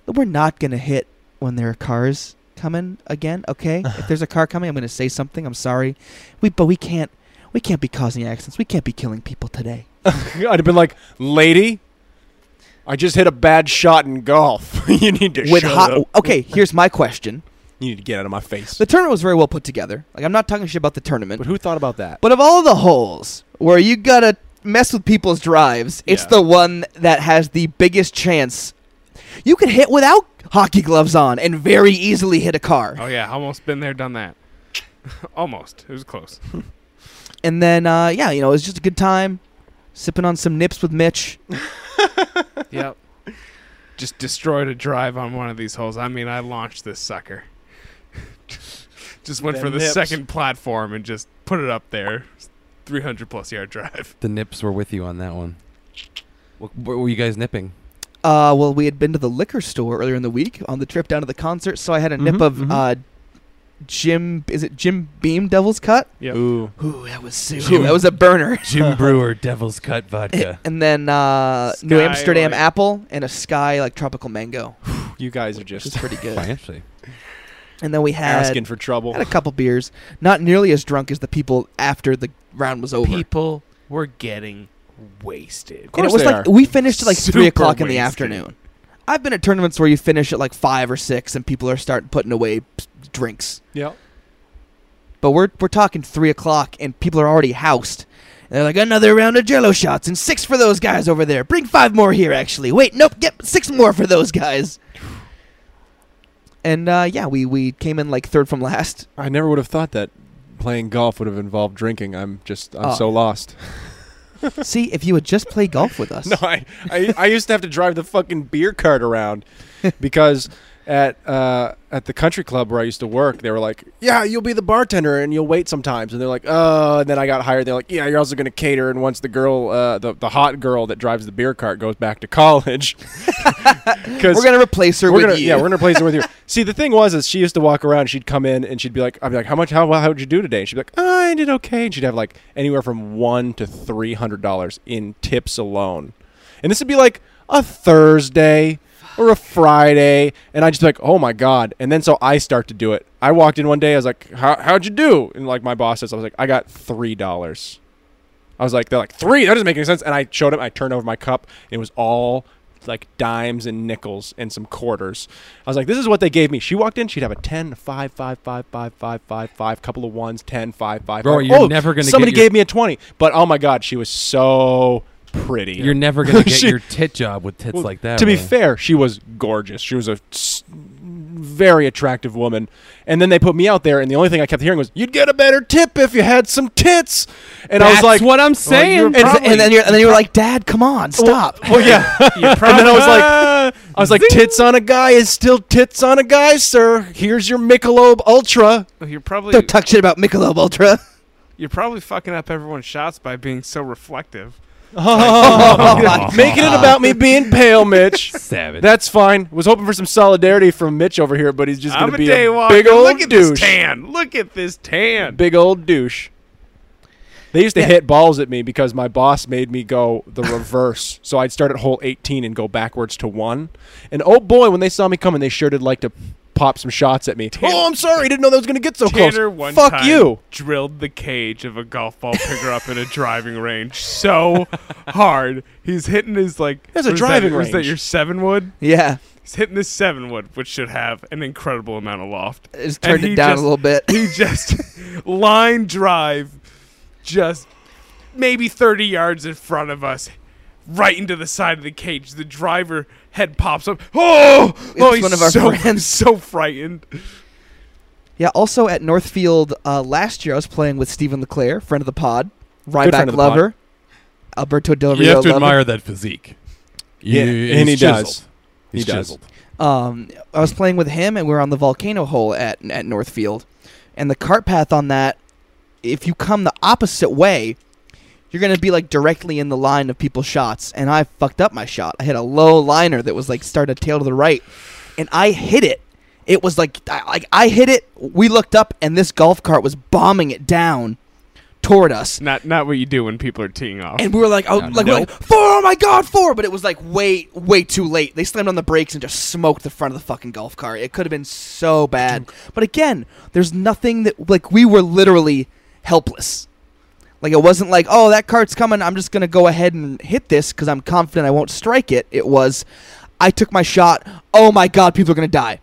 but we're not gonna hit when there are cars coming again. <laughs> Okay, if there's a car coming, I'm gonna say something. I'm sorry, we but we can't." We can't be causing accidents. We can't be killing people today. <laughs> I'd have been like, lady, I just hit a bad shot in golf. <laughs> you need to With shut hot, up. okay. Here's my question: You need to get out of my face. The tournament was very well put together. Like I'm not talking shit about the tournament. But who thought about that? But of all the holes where you gotta mess with people's drives, it's Yeah. the one that has the biggest chance. You can hit without hockey gloves on and very easily hit a car. Oh yeah, almost been there, done that. <laughs> almost. It was close. And then, uh, yeah, you know, it was just a good time sipping on some nips with Mitch. yep. Just destroyed a drive on one of these holes. I mean, I launched this sucker. <laughs> just went for Them the nips. second platform and just put it up there. 300 plus yard drive. The nips were with you on that one. What, what were you guys nipping? Uh, well, we had been to the liquor store earlier in the week on the trip down to the concert, so I had a nip Mhm, of mhm. uh, Jim. Is it Jim Beam Devil's Cut? Ooh. Ooh, that was Jim- ooh, that was a burner. <laughs> Jim Brewer Devil's Cut Vodka. <laughs> and then uh, Sky, New Amsterdam like- apple and a sky like tropical mango, You guys are which is just pretty good. <laughs> Financially. and then we had <laughs> asking for trouble. had a couple beers, not nearly as drunk as the people after the round was over. People were getting wasted. <laughs> and it course was they like are. we finished at like three Super o'clock in the wasted. afternoon. I've been at tournaments where you finish at like five or six and people are starting putting away p- drinks. yeah. But we're we're talking three o'clock, and people are already housed. And they're like, another round of Jello shots and six for those guys over there. Bring five more here, actually. Wait, nope, get six more for those guys. And uh, yeah, we we came in like third from last. I never would have thought that playing golf would have involved drinking. I'm just I'm Oh. <laughs> so lost. <laughs> See, if you would just play golf with us, No, I, I I used to have to drive the fucking beer cart <laughs> around because at uh, at the country club where I used to work, they were like, "Yeah, you'll be the bartender and you'll wait sometimes." And they're like, "Oh," and then I got hired. They're like, "Yeah, you're also going to cater." And once the girl, uh, the the hot girl that drives the beer cart goes back to college, <laughs> because we're gonna replace her we're with gonna, you. Yeah, we're gonna <laughs> place it with you. See, the thing was, is she used to walk around. She'd come in and she'd be like, "I'd be like, how much? How how would you do today?" And she'd be like, "I did okay." And she'd have like anywhere from one to three hundred dollars in tips alone, and this would be like a Thursday or a Friday, and I just be like, "Oh my god!" And then so I start to do it. I walked in one day. I was like, how, "How'd you do?" And like my boss says, I was like, "I got three dollars." I was like, "They're like three? That doesn't make any sense." And I showed him. I turned over my cup. And it was all like dimes and nickels and some quarters. I was like, this is what they gave me. She walked in, she'd have a 10, a 5, 5, 5, 5, 5, 5, 5, couple of ones, 10, 5, 5. Bro, 5. you're oh, never gonna Somebody get your- gave me a 20. But oh my God, she was so pretty. You're never gonna get She- your tit job with tits Well, like that. to be really. fair, she was gorgeous. She was a s- very attractive woman. And then they put me out there, and the only thing I kept hearing was, "You'd get a better tip if you had some tits." And I was That's like, what I'm saying. and, and then you're and then you're like, Dad, come on, stop. <laughs> Well, yeah. and then I was like, I was like, tits on a guy is still tits on a guy, sir. Here's your Michelob Ultra. <laughs> You're probably Don't talk shit about Michelob Ultra. you're probably fucking up everyone's shots by being so reflective. <laughs> Oh. Making it about me being pale, <laughs> Mitch. <laughs> savage. That's fine. Was hoping for some solidarity from Mitch over here, but he's just I'm gonna a be day a walker. big old Look at this douche. tan. Look at this tan. Big old douche. They used to Yeah. hit balls at me because my boss made me go the reverse. <laughs> so I'd start at hole 18 and go backwards to one. And oh boy, when they saw me coming, they sure did like to pop some shots at me. oh, I'm sorry. Didn't know that was going to get so Tanner close. one Fuck time you. drilled the cage of a golf ball picker up in a driving range so hard. He's hitting his like That's a what is that, driving what is that range. your seven wood? yeah, He's hitting this seven wood, which should have an incredible amount of loft. I just And turned he it down just- a little bit. <laughs> He just line drive, just maybe thirty yards in front of us. Right into the side of the cage, the driver head pops up. Oh, oh, It's he's one of our so, friends. so frightened. Yeah, also at Northfield uh, last year, I was playing with Stephen LeClaire, friend of the pod, friend Ryback of the lover, Alberto Del Rio you have to lover. admire that physique. Yeah, You- and he he's does. He's He does. chiseled. Um, I was playing with him, and we were on the volcano hole at at Northfield, and the cart path on that, if you come the opposite way, you're gonna be like directly in the line of people's shots, and I fucked up my shot. I hit a low liner that was like started tail to the right, and I hit it. It was like I, like I hit it. We looked up, and this golf cart was bombing it down toward us. Not not what you do when people are teeing off. And we were like, oh, Uh, like, we're like, four, oh my god, four! But it was like way, way too late. They slammed on the brakes and just smoked the front of the fucking golf cart. It could have been so bad. But again, there's nothing that like we were literally helpless. Like it wasn't like, oh, that cart's coming. I'm just gonna go ahead and hit this because I'm confident I won't strike it. It was, I took my shot. Oh my god, people are gonna die.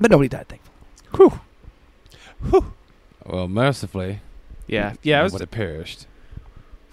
But nobody died, thankfully. Well, mercifully, Yeah, yeah. I I was would have perished.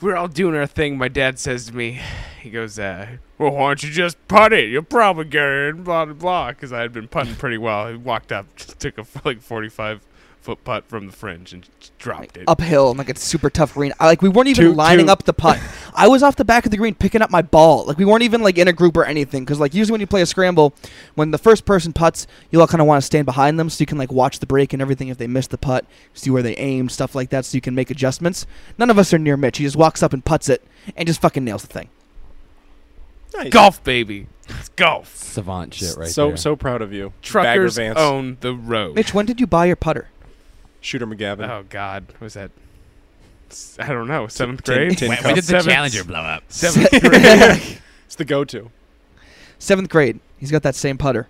we're all doing our thing. My dad says to me, he goes, uh, "Well, why don't you just putt it? You'll probably get it." and Blah blah blah. Because I had been putting pretty well. He walked up, <laughs> just took a like forty-five foot putt from the fringe and just dropped it. uphill and like a super tough green. I, like we weren't even Two- lining two. up the <laughs> putt. I was off the back of the green picking up my ball. Like we weren't even like in a group or anything. Because like usually when you play a scramble, when the first person puts, you all kind of want to stand behind them so you can like watch the break and everything. If they miss the putt, see where they aim, stuff like that, so you can make adjustments. None of us are near Mitch. He just walks up and puts it and just fucking nails the thing. <laughs> Golf, baby. It's golf. Savant shit right so there. so proud of you, Bagger Truckers Vance, own the road. Mitch, when did you buy your putter? Shooter McGavin. Oh God, what was that? S- I don't know. Seventh Tin- grade. tin Wait, cup. we did the seventh- blow up. Seventh <laughs> grade. It's the go-to. Seventh grade. He's got that same putter.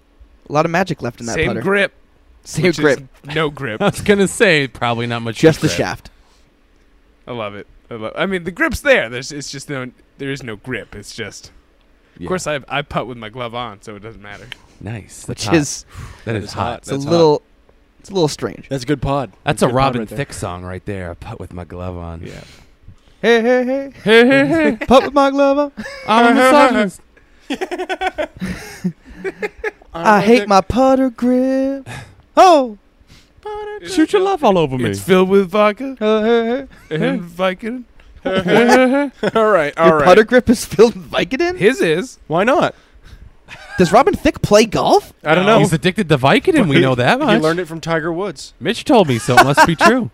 A lot of magic left in that Same putter. grip. same which is grip. No <laughs> grip. <laughs> I was gonna say probably not much. Just the regret. shaft. I love it. I, love, I mean, the grip's there. There's it's just no. There is no grip. It's just. Yeah. Of course, I I putt with my glove on, so it doesn't matter. Nice. That's Which hot. is that is hot. it's a little it's a little strange. That's a good pod. That's good a pod Robin right there. Thicke song right there. I put with my glove on. <laughs> Yeah. Hey, hey, hey. Hey, hey, hey. Put with my glove on. I'm a <laughs> misogynist. I hate my putter grip. Oh. Shoot <laughs> your love all over me. It's filled with vodka Hey, hey, uh, <laughs> and Viking. <laughs> all hey. right, all Your right. putter grip is filled with Vicodin? His is. Why not? Does Robin Thicke play golf? I don't know. He's addicted to Vicodin. We know that He much. learned it from Tiger Woods. Mitch told me, so it must be true.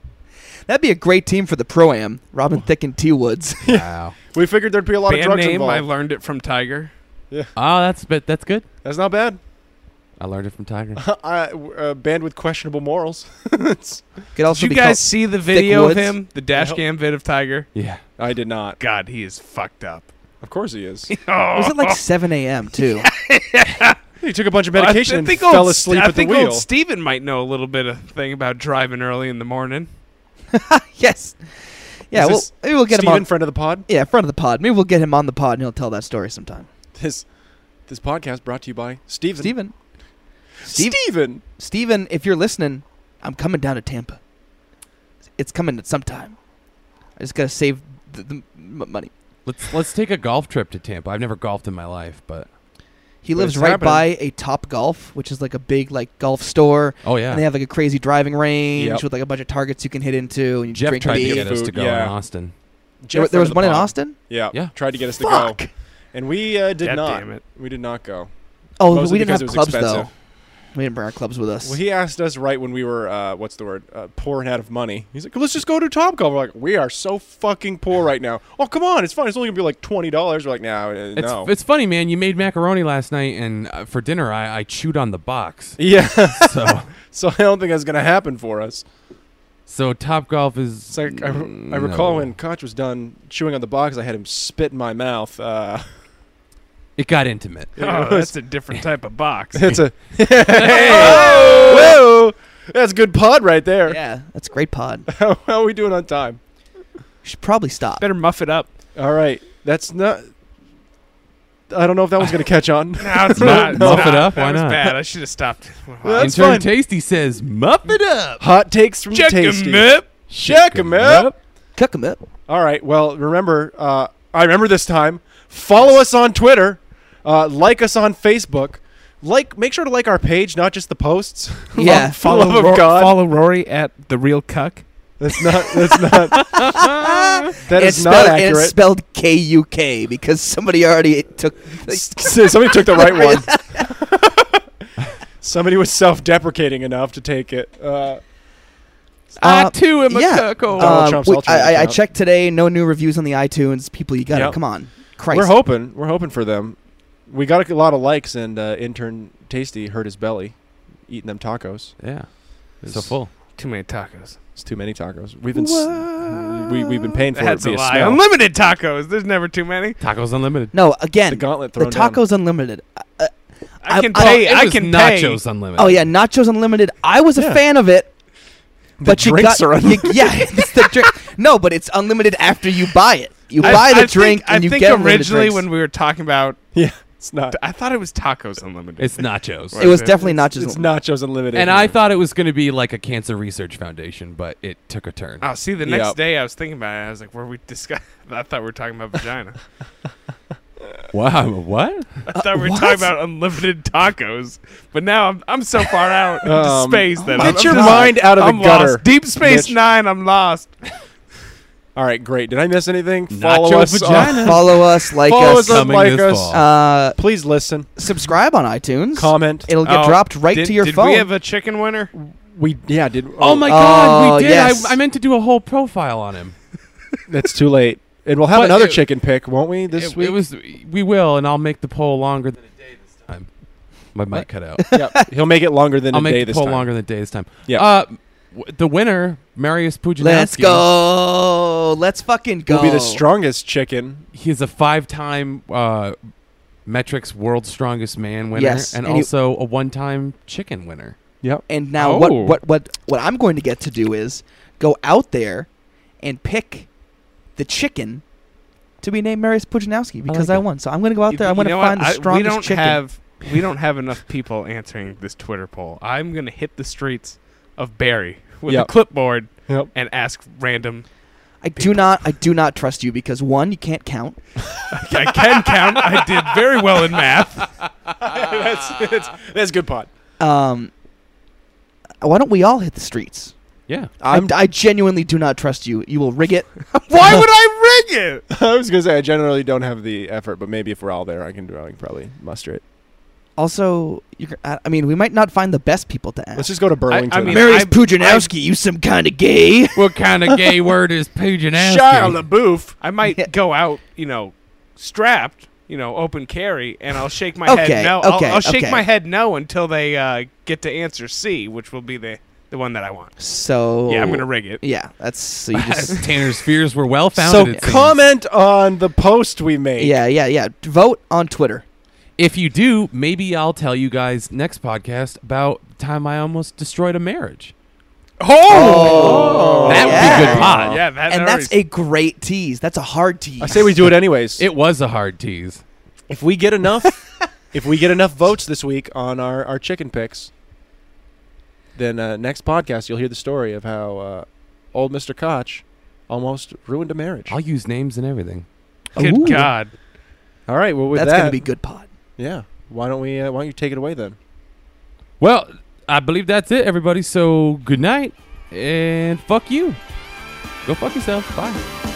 That'd be a great team for the Pro Am. Robin Thicke and T Woods. Wow. We figured there'd be a lot of Band drugs name. I involved. learned it from Tiger. Oh, that's but that's good. That's not bad. I learned it from Tiger. <laughs> I, uh, band with questionable morals. Could also Did be you guys see the video of Woods? him? The dash cam vid of Tiger. Yeah. I did not. God, he is fucked up. Of course he <laughs> is. Oh. called, was it like 7 a.m. too? he took a bunch of Well, medication Oh, I and think old fell Ste- asleep I at the think wheel. Old Steven might know a little bit of thing about driving early in the morning. <laughs> yes. Yeah, well, Is this maybe we'll get him Steven, on. friend of the pod. Yeah, front of the pod. Maybe we'll get him on the pod and he'll tell that story sometime. This this podcast brought to you by Steven. Steven. Steve- Steven. Steven. Steven, if you're listening, I'm coming down to Tampa. It's coming at some time. I just gotta save the, the m- money. Let's let's take a golf trip to Tampa. I've never golfed in my life, but He But lives it's right happening. by a Top Golf, which is like a big like golf store, oh yeah. and they have like a crazy driving range Yep. with like a bunch of targets you can hit into. And you Jeff drink tried to beer. get us to Food, go yeah. in Austin. Jeff, There, friend there was of the one in pod. Austin. Yeah. Yeah. Tried to get us Fuck. to go, and we uh, did God not. damn it. We did not go. Oh, Mostly we didn't have because it was clubs expensive. though. We didn't bring our clubs with us. Well, he asked us right when we were, uh, what's the word, uh, poor and out of money. He's like, let's just go to Topgolf. We're like, we are so fucking poor right now. Oh, come on, it's fine. It's only gonna be like twenty dollars. We're like, nah, uh, It's no. it's funny, man. You made macaroni last night, and uh, for dinner, I, I chewed on the box. <laughs> yeah, <laughs> So <laughs> so I don't think that's gonna happen for us. so Top Golf is. Mm, It's like I, re- I no. recall when Koch was done chewing on the box, I had him spit in my mouth. <laughs> Uh, <laughs> it got intimate. Oh, that's a different type of box. <laughs> it's <laughs> a hey, <laughs> whoa, that's a good pod right there. yeah, that's a great pod. We <laughs> How, how are we doing on time? should probably stop. Better muff it up. All right, that's not. I don't know if that one's gonna catch on. No, it's not. It's Muff it not. up? That Why was not? bad. I should have stopped. That's Intern fine. Tasty says, "Muff it up, Hot takes from Check Mm, Tasty. him up. Check 'em up. Cook 'em up. All right. Well, remember, uh, I remember this time. Follow us on Twitter. Uh, like us on Facebook. Like, make sure to like our page, not just the posts. <laughs> Yeah. follow love of <laughs> Ro- God. Follow Rory at the real cuck. That's not. That's not. that And is it's not spelled, and it's accurate. spelled K U K because somebody already took. <laughs> S- Somebody took the right one. <laughs> Somebody was self-deprecating enough to take it. Uh, Uh, I too am a yeah. cuckold. Donald Uh, Trump's we- alternate I, I, I account. checked today. No new reviews on the iTunes. People, you gotta Yep. come on. Christ. we're hoping. We're hoping for them. We got a lot of likes, and uh, intern Tasty hurt his belly eating them tacos. yeah, so It's- full. Oh, Too many tacos. It's too many tacos. We've been s- we we've been paying for That's it a via lie. smell. Unlimited tacos. There's never too many. Tacos unlimited. no, the again, gauntlet the thrown tacos unlimited. Uh, I I- can I- pay. It I was can pay. nachos unlimited. oh yeah, nachos unlimited. I was Yeah. a fan of it, down. but the you drinks got are you, yeah, <laughs> it's the drink. No, but it's unlimited after you buy it. You buy the drink I and you think get unlimited originally drinks. when we were talking about Yeah. It's not. I thought it was Tacos Unlimited. It's nachos. It was definitely not just. It's nachos unlimited. and I thought it was going to be like a cancer research foundation, but it took a turn. Oh, see, the next Yep. day I was thinking about it. I was like, "Were we discuss?" <laughs> I thought we were talking about vagina. wow, <laughs> what? I thought we were talking about unlimited tacos. But now I'm, I'm so far out into Um, space that I'm, Get I'm your just- mind out of I'm the gutter. Lost. Deep Space Mitch. Nine. I'm lost. All right, great. Did I miss anything? Nacho Follow us. vagina. on- Follow us, like <laughs> follow us, us, on Coming like this us. fall. uh, Please listen. subscribe on iTunes. Comment. It'll get Oh, dropped right did, to your did phone. we have a chicken winner? We yeah. Did Oh my God, Oh, we did. yes. I, I meant to do a whole profile on him. <laughs> That's too late. And we'll have But another it- chicken pick, won't we? This it, week. it was. We will, and I'll make the poll longer than a day this time. My mic cut out. Yep. He'll make it longer than I'll a day make the this poll time. longer than a day this time. Yeah. Uh, w- the winner, Marius Pujanowski. Let's go. Let's fucking go. Will be the strongest chicken. He's a five-time uh, Metrics World Strongest Man winner, Yes, and, and he- also a one-time chicken winner. And now what, Oh. what what what I'm going to get to do is go out there and pick the chicken to be named Marius Pujanowski because I, like it. won. So I'm going to go out there. I'm You going to know what? find I- the strongest we don't chicken. Have, we don't have enough people answering this Twitter poll. I'm going to hit the streets of Barry with Yep. a clipboard Yep. and ask random. I do not I do not trust you because one you can't count. I <laughs> can count. I did very well in math. that's, that's that's good pot. Um, why don't we all hit the streets? <laughs> Yeah. I, I genuinely do not trust you. You will <laughs> rig it. Why would I rig it? <laughs> I was gonna say I generally don't have the effort, but maybe if we're all there, I can, I can probably muster it. Also, you're, gonna- I I mean, we might not find the best people to ask. Let's just go to Burlington. mean, Marius I- Pujanowski, you some kind of gay? What <laughs> kind of gay word is Pujanowski? Shia LaBeouf. I might Yeah. go out, you know, strapped, you know, open carry, and I'll shake my Okay, head no. I'll- okay, I'll, shake okay. my head no until they uh, get to answer C, which will be the the one that I want. So Yeah, I'm gonna rig it. Yeah, that's so <laughs> you just <laughs> Tanner's fears were well So founded. it seems. comment on the post we made. yeah, yeah, yeah. Vote on Twitter. If you do, maybe I'll tell you guys next podcast about the time I almost destroyed a marriage. Oh, that would be yeah. good pod. Yeah, that And that's already- a great tease. That's a hard tease. I say we do it anyways. It was a hard tease. if we get enough, if we get enough votes this week on our our chicken picks, then uh, next podcast you'll hear the story of how uh, old Mister Koch almost ruined a marriage. I'll use names and everything. good Ooh. God. All right. Well, with That's that, gonna be good pod. yeah. Why don't we? Uh, why don't you take it away then? Well, I believe that's it, everybody. So good night and fuck you. Go fuck yourself. Bye.